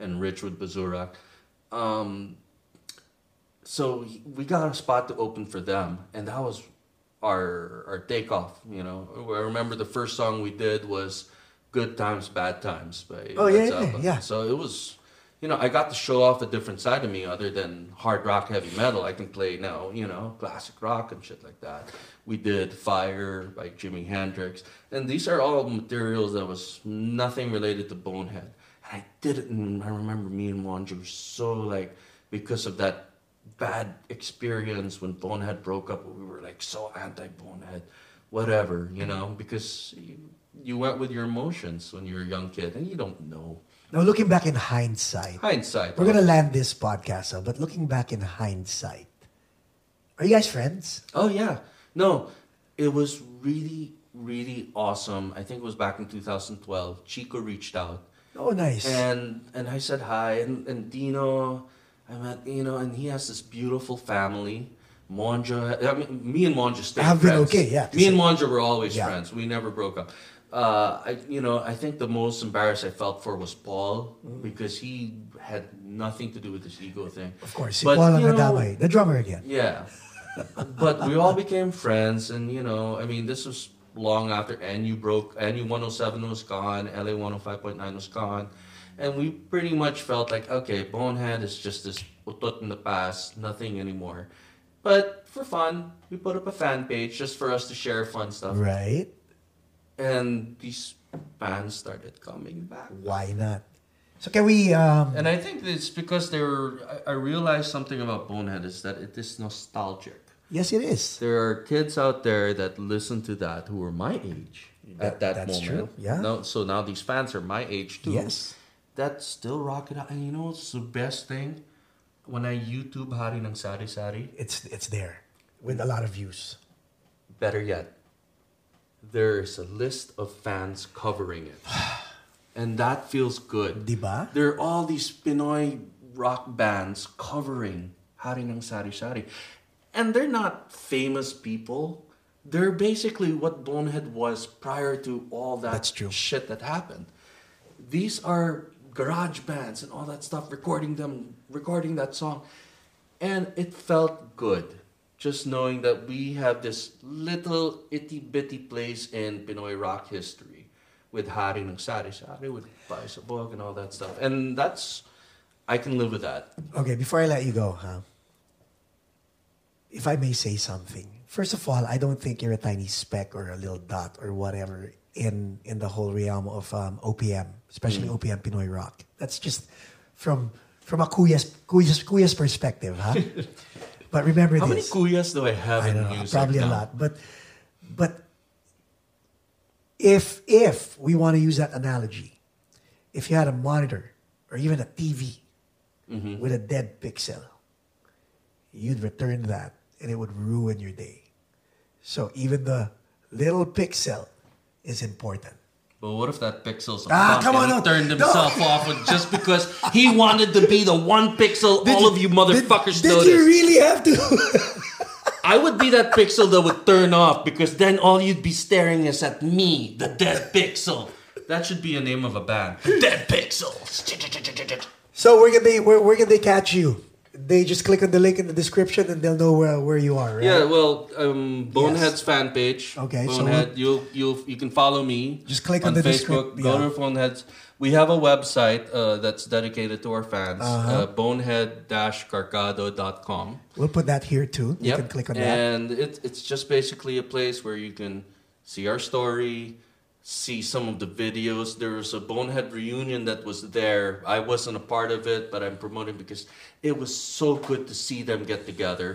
S2: and Rich with Bazurak. Um, so he- we got a spot to open for them, and that was our our takeoff. You know, I remember the first song we did was "Good Times, Bad Times" by
S1: Oh,
S2: Led
S1: yeah, yeah,
S2: Zeppelin.
S1: yeah.
S2: So it was, you know, I got to show off a different side of me other than hard rock, heavy metal. I can play now, you know, classic rock and shit like that. We did Fire by Jimi Hendrix. And these are all materials that was nothing related to Bonehead. And I did it, and I remember me and Wanju were so like, because of that bad experience when Bonehead broke up, we were like so anti Bonehead, whatever, you know, because you, you went with your emotions when you're a young kid and you don't know.
S1: Now, looking back in hindsight,
S2: Hindsight.
S1: we're going to land this podcast, so, but looking back in hindsight, are you guys friends?
S2: Oh yeah. No, it was really, really awesome. I think it was back in 2012. Chico reached out
S1: Oh, nice.
S2: and and I said hi and, and Dino I met Dino and he has this beautiful family. Monja I mean me and Monja stayed
S1: Have been
S2: friends.
S1: okay, yeah.
S2: Me and Monja were always
S1: Yeah.
S2: friends. We never broke up. Uh, I you know, I think the most embarrassed I felt for was Paul
S1: Mm.
S2: because he had nothing to do with this ego thing.
S1: of course, si
S2: But,
S1: Paul
S2: you know,
S1: Angadamay, the drummer again.
S2: yeah. but we all became friends and you know, I mean this was long after and you broke and you 107 was gone, LA 105.9 was gone. And we pretty much felt like, okay, Bonehead is just this utot in the past, nothing anymore. But for fun, we put up a fan page just for us to share fun stuff.
S1: Right?
S2: And these fans started coming back.
S1: Why not? So, can we. Um,
S2: And I think it's because they were, I, I realized something about Bonehead is that it is nostalgic.
S1: yes, it is.
S2: there are kids out there that listen to that who are my age
S1: That-
S2: at that
S1: that's
S2: moment.
S1: true, yeah.
S2: Now, so now these fans are my age too.
S1: Yes.
S2: That still rocking out. And you know what's the best thing? When I YouTube Hari ng Sari Sari,
S1: It's, it's there with a lot of views.
S2: better yet, there's a list of fans covering it. and that feels good.
S1: Diba?
S2: There are all these Pinoy rock bands covering Hari ng Sari Sari. And they're not famous people. They're basically what Bonehead was prior to all
S1: That's
S2: that
S1: true.
S2: shit that happened. These are garage bands and all that stuff, recording them, recording that song. And it felt good just knowing that we have this little itty bitty place in Pinoy rock history with Hari ng Sari Sari, with Paisabog and all that stuff. And that's, I can live with that.
S1: Okay, before I let you go, huh? If I may say something, first of all, I don't think you're a tiny speck or a little dot or whatever in in the whole realm of um, OPM,
S2: Mm.
S1: especially OPM Pinoy Rock. That's just from from a kuya's kuya's, kuya's perspective, huh? but remember
S2: How many
S1: this.
S2: kuyas do I have
S1: I
S2: in
S1: don't know,
S2: music?
S1: probably a
S2: now?
S1: lot, but but if if we want to use that analogy, if you had a monitor or even a TV
S2: Mm-hmm.
S1: with a dead pixel, you'd return that and it would ruin your day. So even the little pixel is important.
S2: But what if that pixel's a
S1: Ah, come
S2: punk
S1: on
S2: and he
S1: out.
S2: turned
S1: No.
S2: himself off with just because he wanted to be the one pixel all of you motherfuckers
S1: did, did
S2: noticed?
S1: you really have to?
S2: I would be that pixel that would turn off because then all you'd be staring is at me, the dead pixel. That should be a name of a band. The Dead Pixels.
S1: so where can they where, where can they catch you? They just click on the link in the description and they'll know where, where you are, right?
S2: Yeah, well, um, Bonehead's fan page.
S1: Okay, so
S2: Bonehead. you'll you'll you can follow me.
S1: Just click on the
S2: Facebook.
S1: descrip-
S2: Go
S1: yeah.
S2: to Bonehead's. We have a website uh, that's dedicated to our fans.
S1: Uh-huh.
S2: Uh, bonehead-carcado.com.
S1: We'll put that here too. You
S2: Yep.
S1: can click on that.
S2: and it, it's just basically a place where you can see our story, see some of the videos. There was a Bonehead reunion that was there. I wasn't a part of it, but I'm promoting because it was so good to see them get together.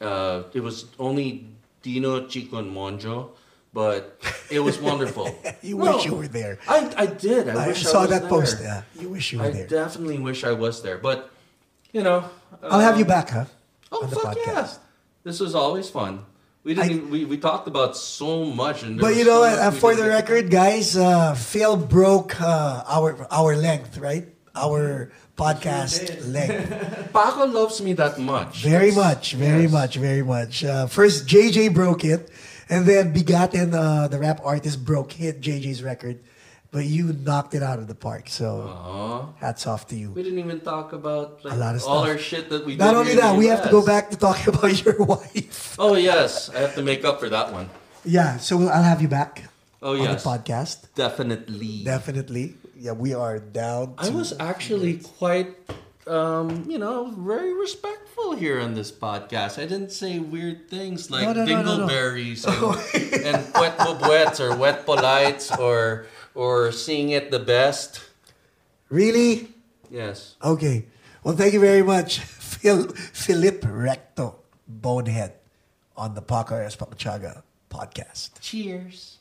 S2: Uh, it was only Dino, Chico, and Monjo, but it was wonderful.
S1: You
S2: No,
S1: wish you were there.
S2: I, I did.
S1: I,
S2: I, wish
S1: saw
S2: I was
S1: that
S2: there.
S1: post. Yeah, you wish you were
S2: I
S1: there.
S2: definitely wish I was there, but you know.
S1: I'll have you
S2: um,
S1: back, huh?
S2: Oh, fuck yeah. This was always fun. We didn't. even, we, we talked about so much, and there
S1: But
S2: was
S1: you know,
S2: so
S1: what?
S2: much
S1: uh,
S2: we
S1: for the
S2: didn't get-
S1: record, guys, uh, Phil broke uh, our our length, right? Our podcast length.
S2: Paco loves me that much.
S1: Very
S2: Yes.
S1: much, very
S2: Yes.
S1: much, very much. Uh, first, JJ broke it, and then Bigatin, uh, the rap artist, broke hit JJ's record, but you knocked it out of the park. So
S2: Aw.
S1: hats off to you.
S2: Oh. We didn't even talk about like,
S1: A lot of
S2: all
S1: stuff.
S2: our shit that we.
S1: Not
S2: did
S1: only
S2: here in
S1: that,
S2: the
S1: we have to go
S2: US.
S1: back to talk about your wife.
S2: Oh yes, I have to make up for that one.
S1: Yeah, so we'll, I'll have you back
S2: Oh
S1: on the
S2: yes,
S1: podcast.
S2: definitely.
S1: Definitely. Yeah, we are down. To,
S2: I was uh, actually quite, um, you know, very respectful here on this podcast. I didn't say weird things like
S1: No, no, no, no, no.
S2: dingleberries and, and wet bubwets or wet polites or or seeing it the best.
S1: really
S2: Yes.
S1: okay. Well, thank you very much, Phil Philip Recto Bonehead, on the Paco Espacachaga podcast.
S2: Cheers.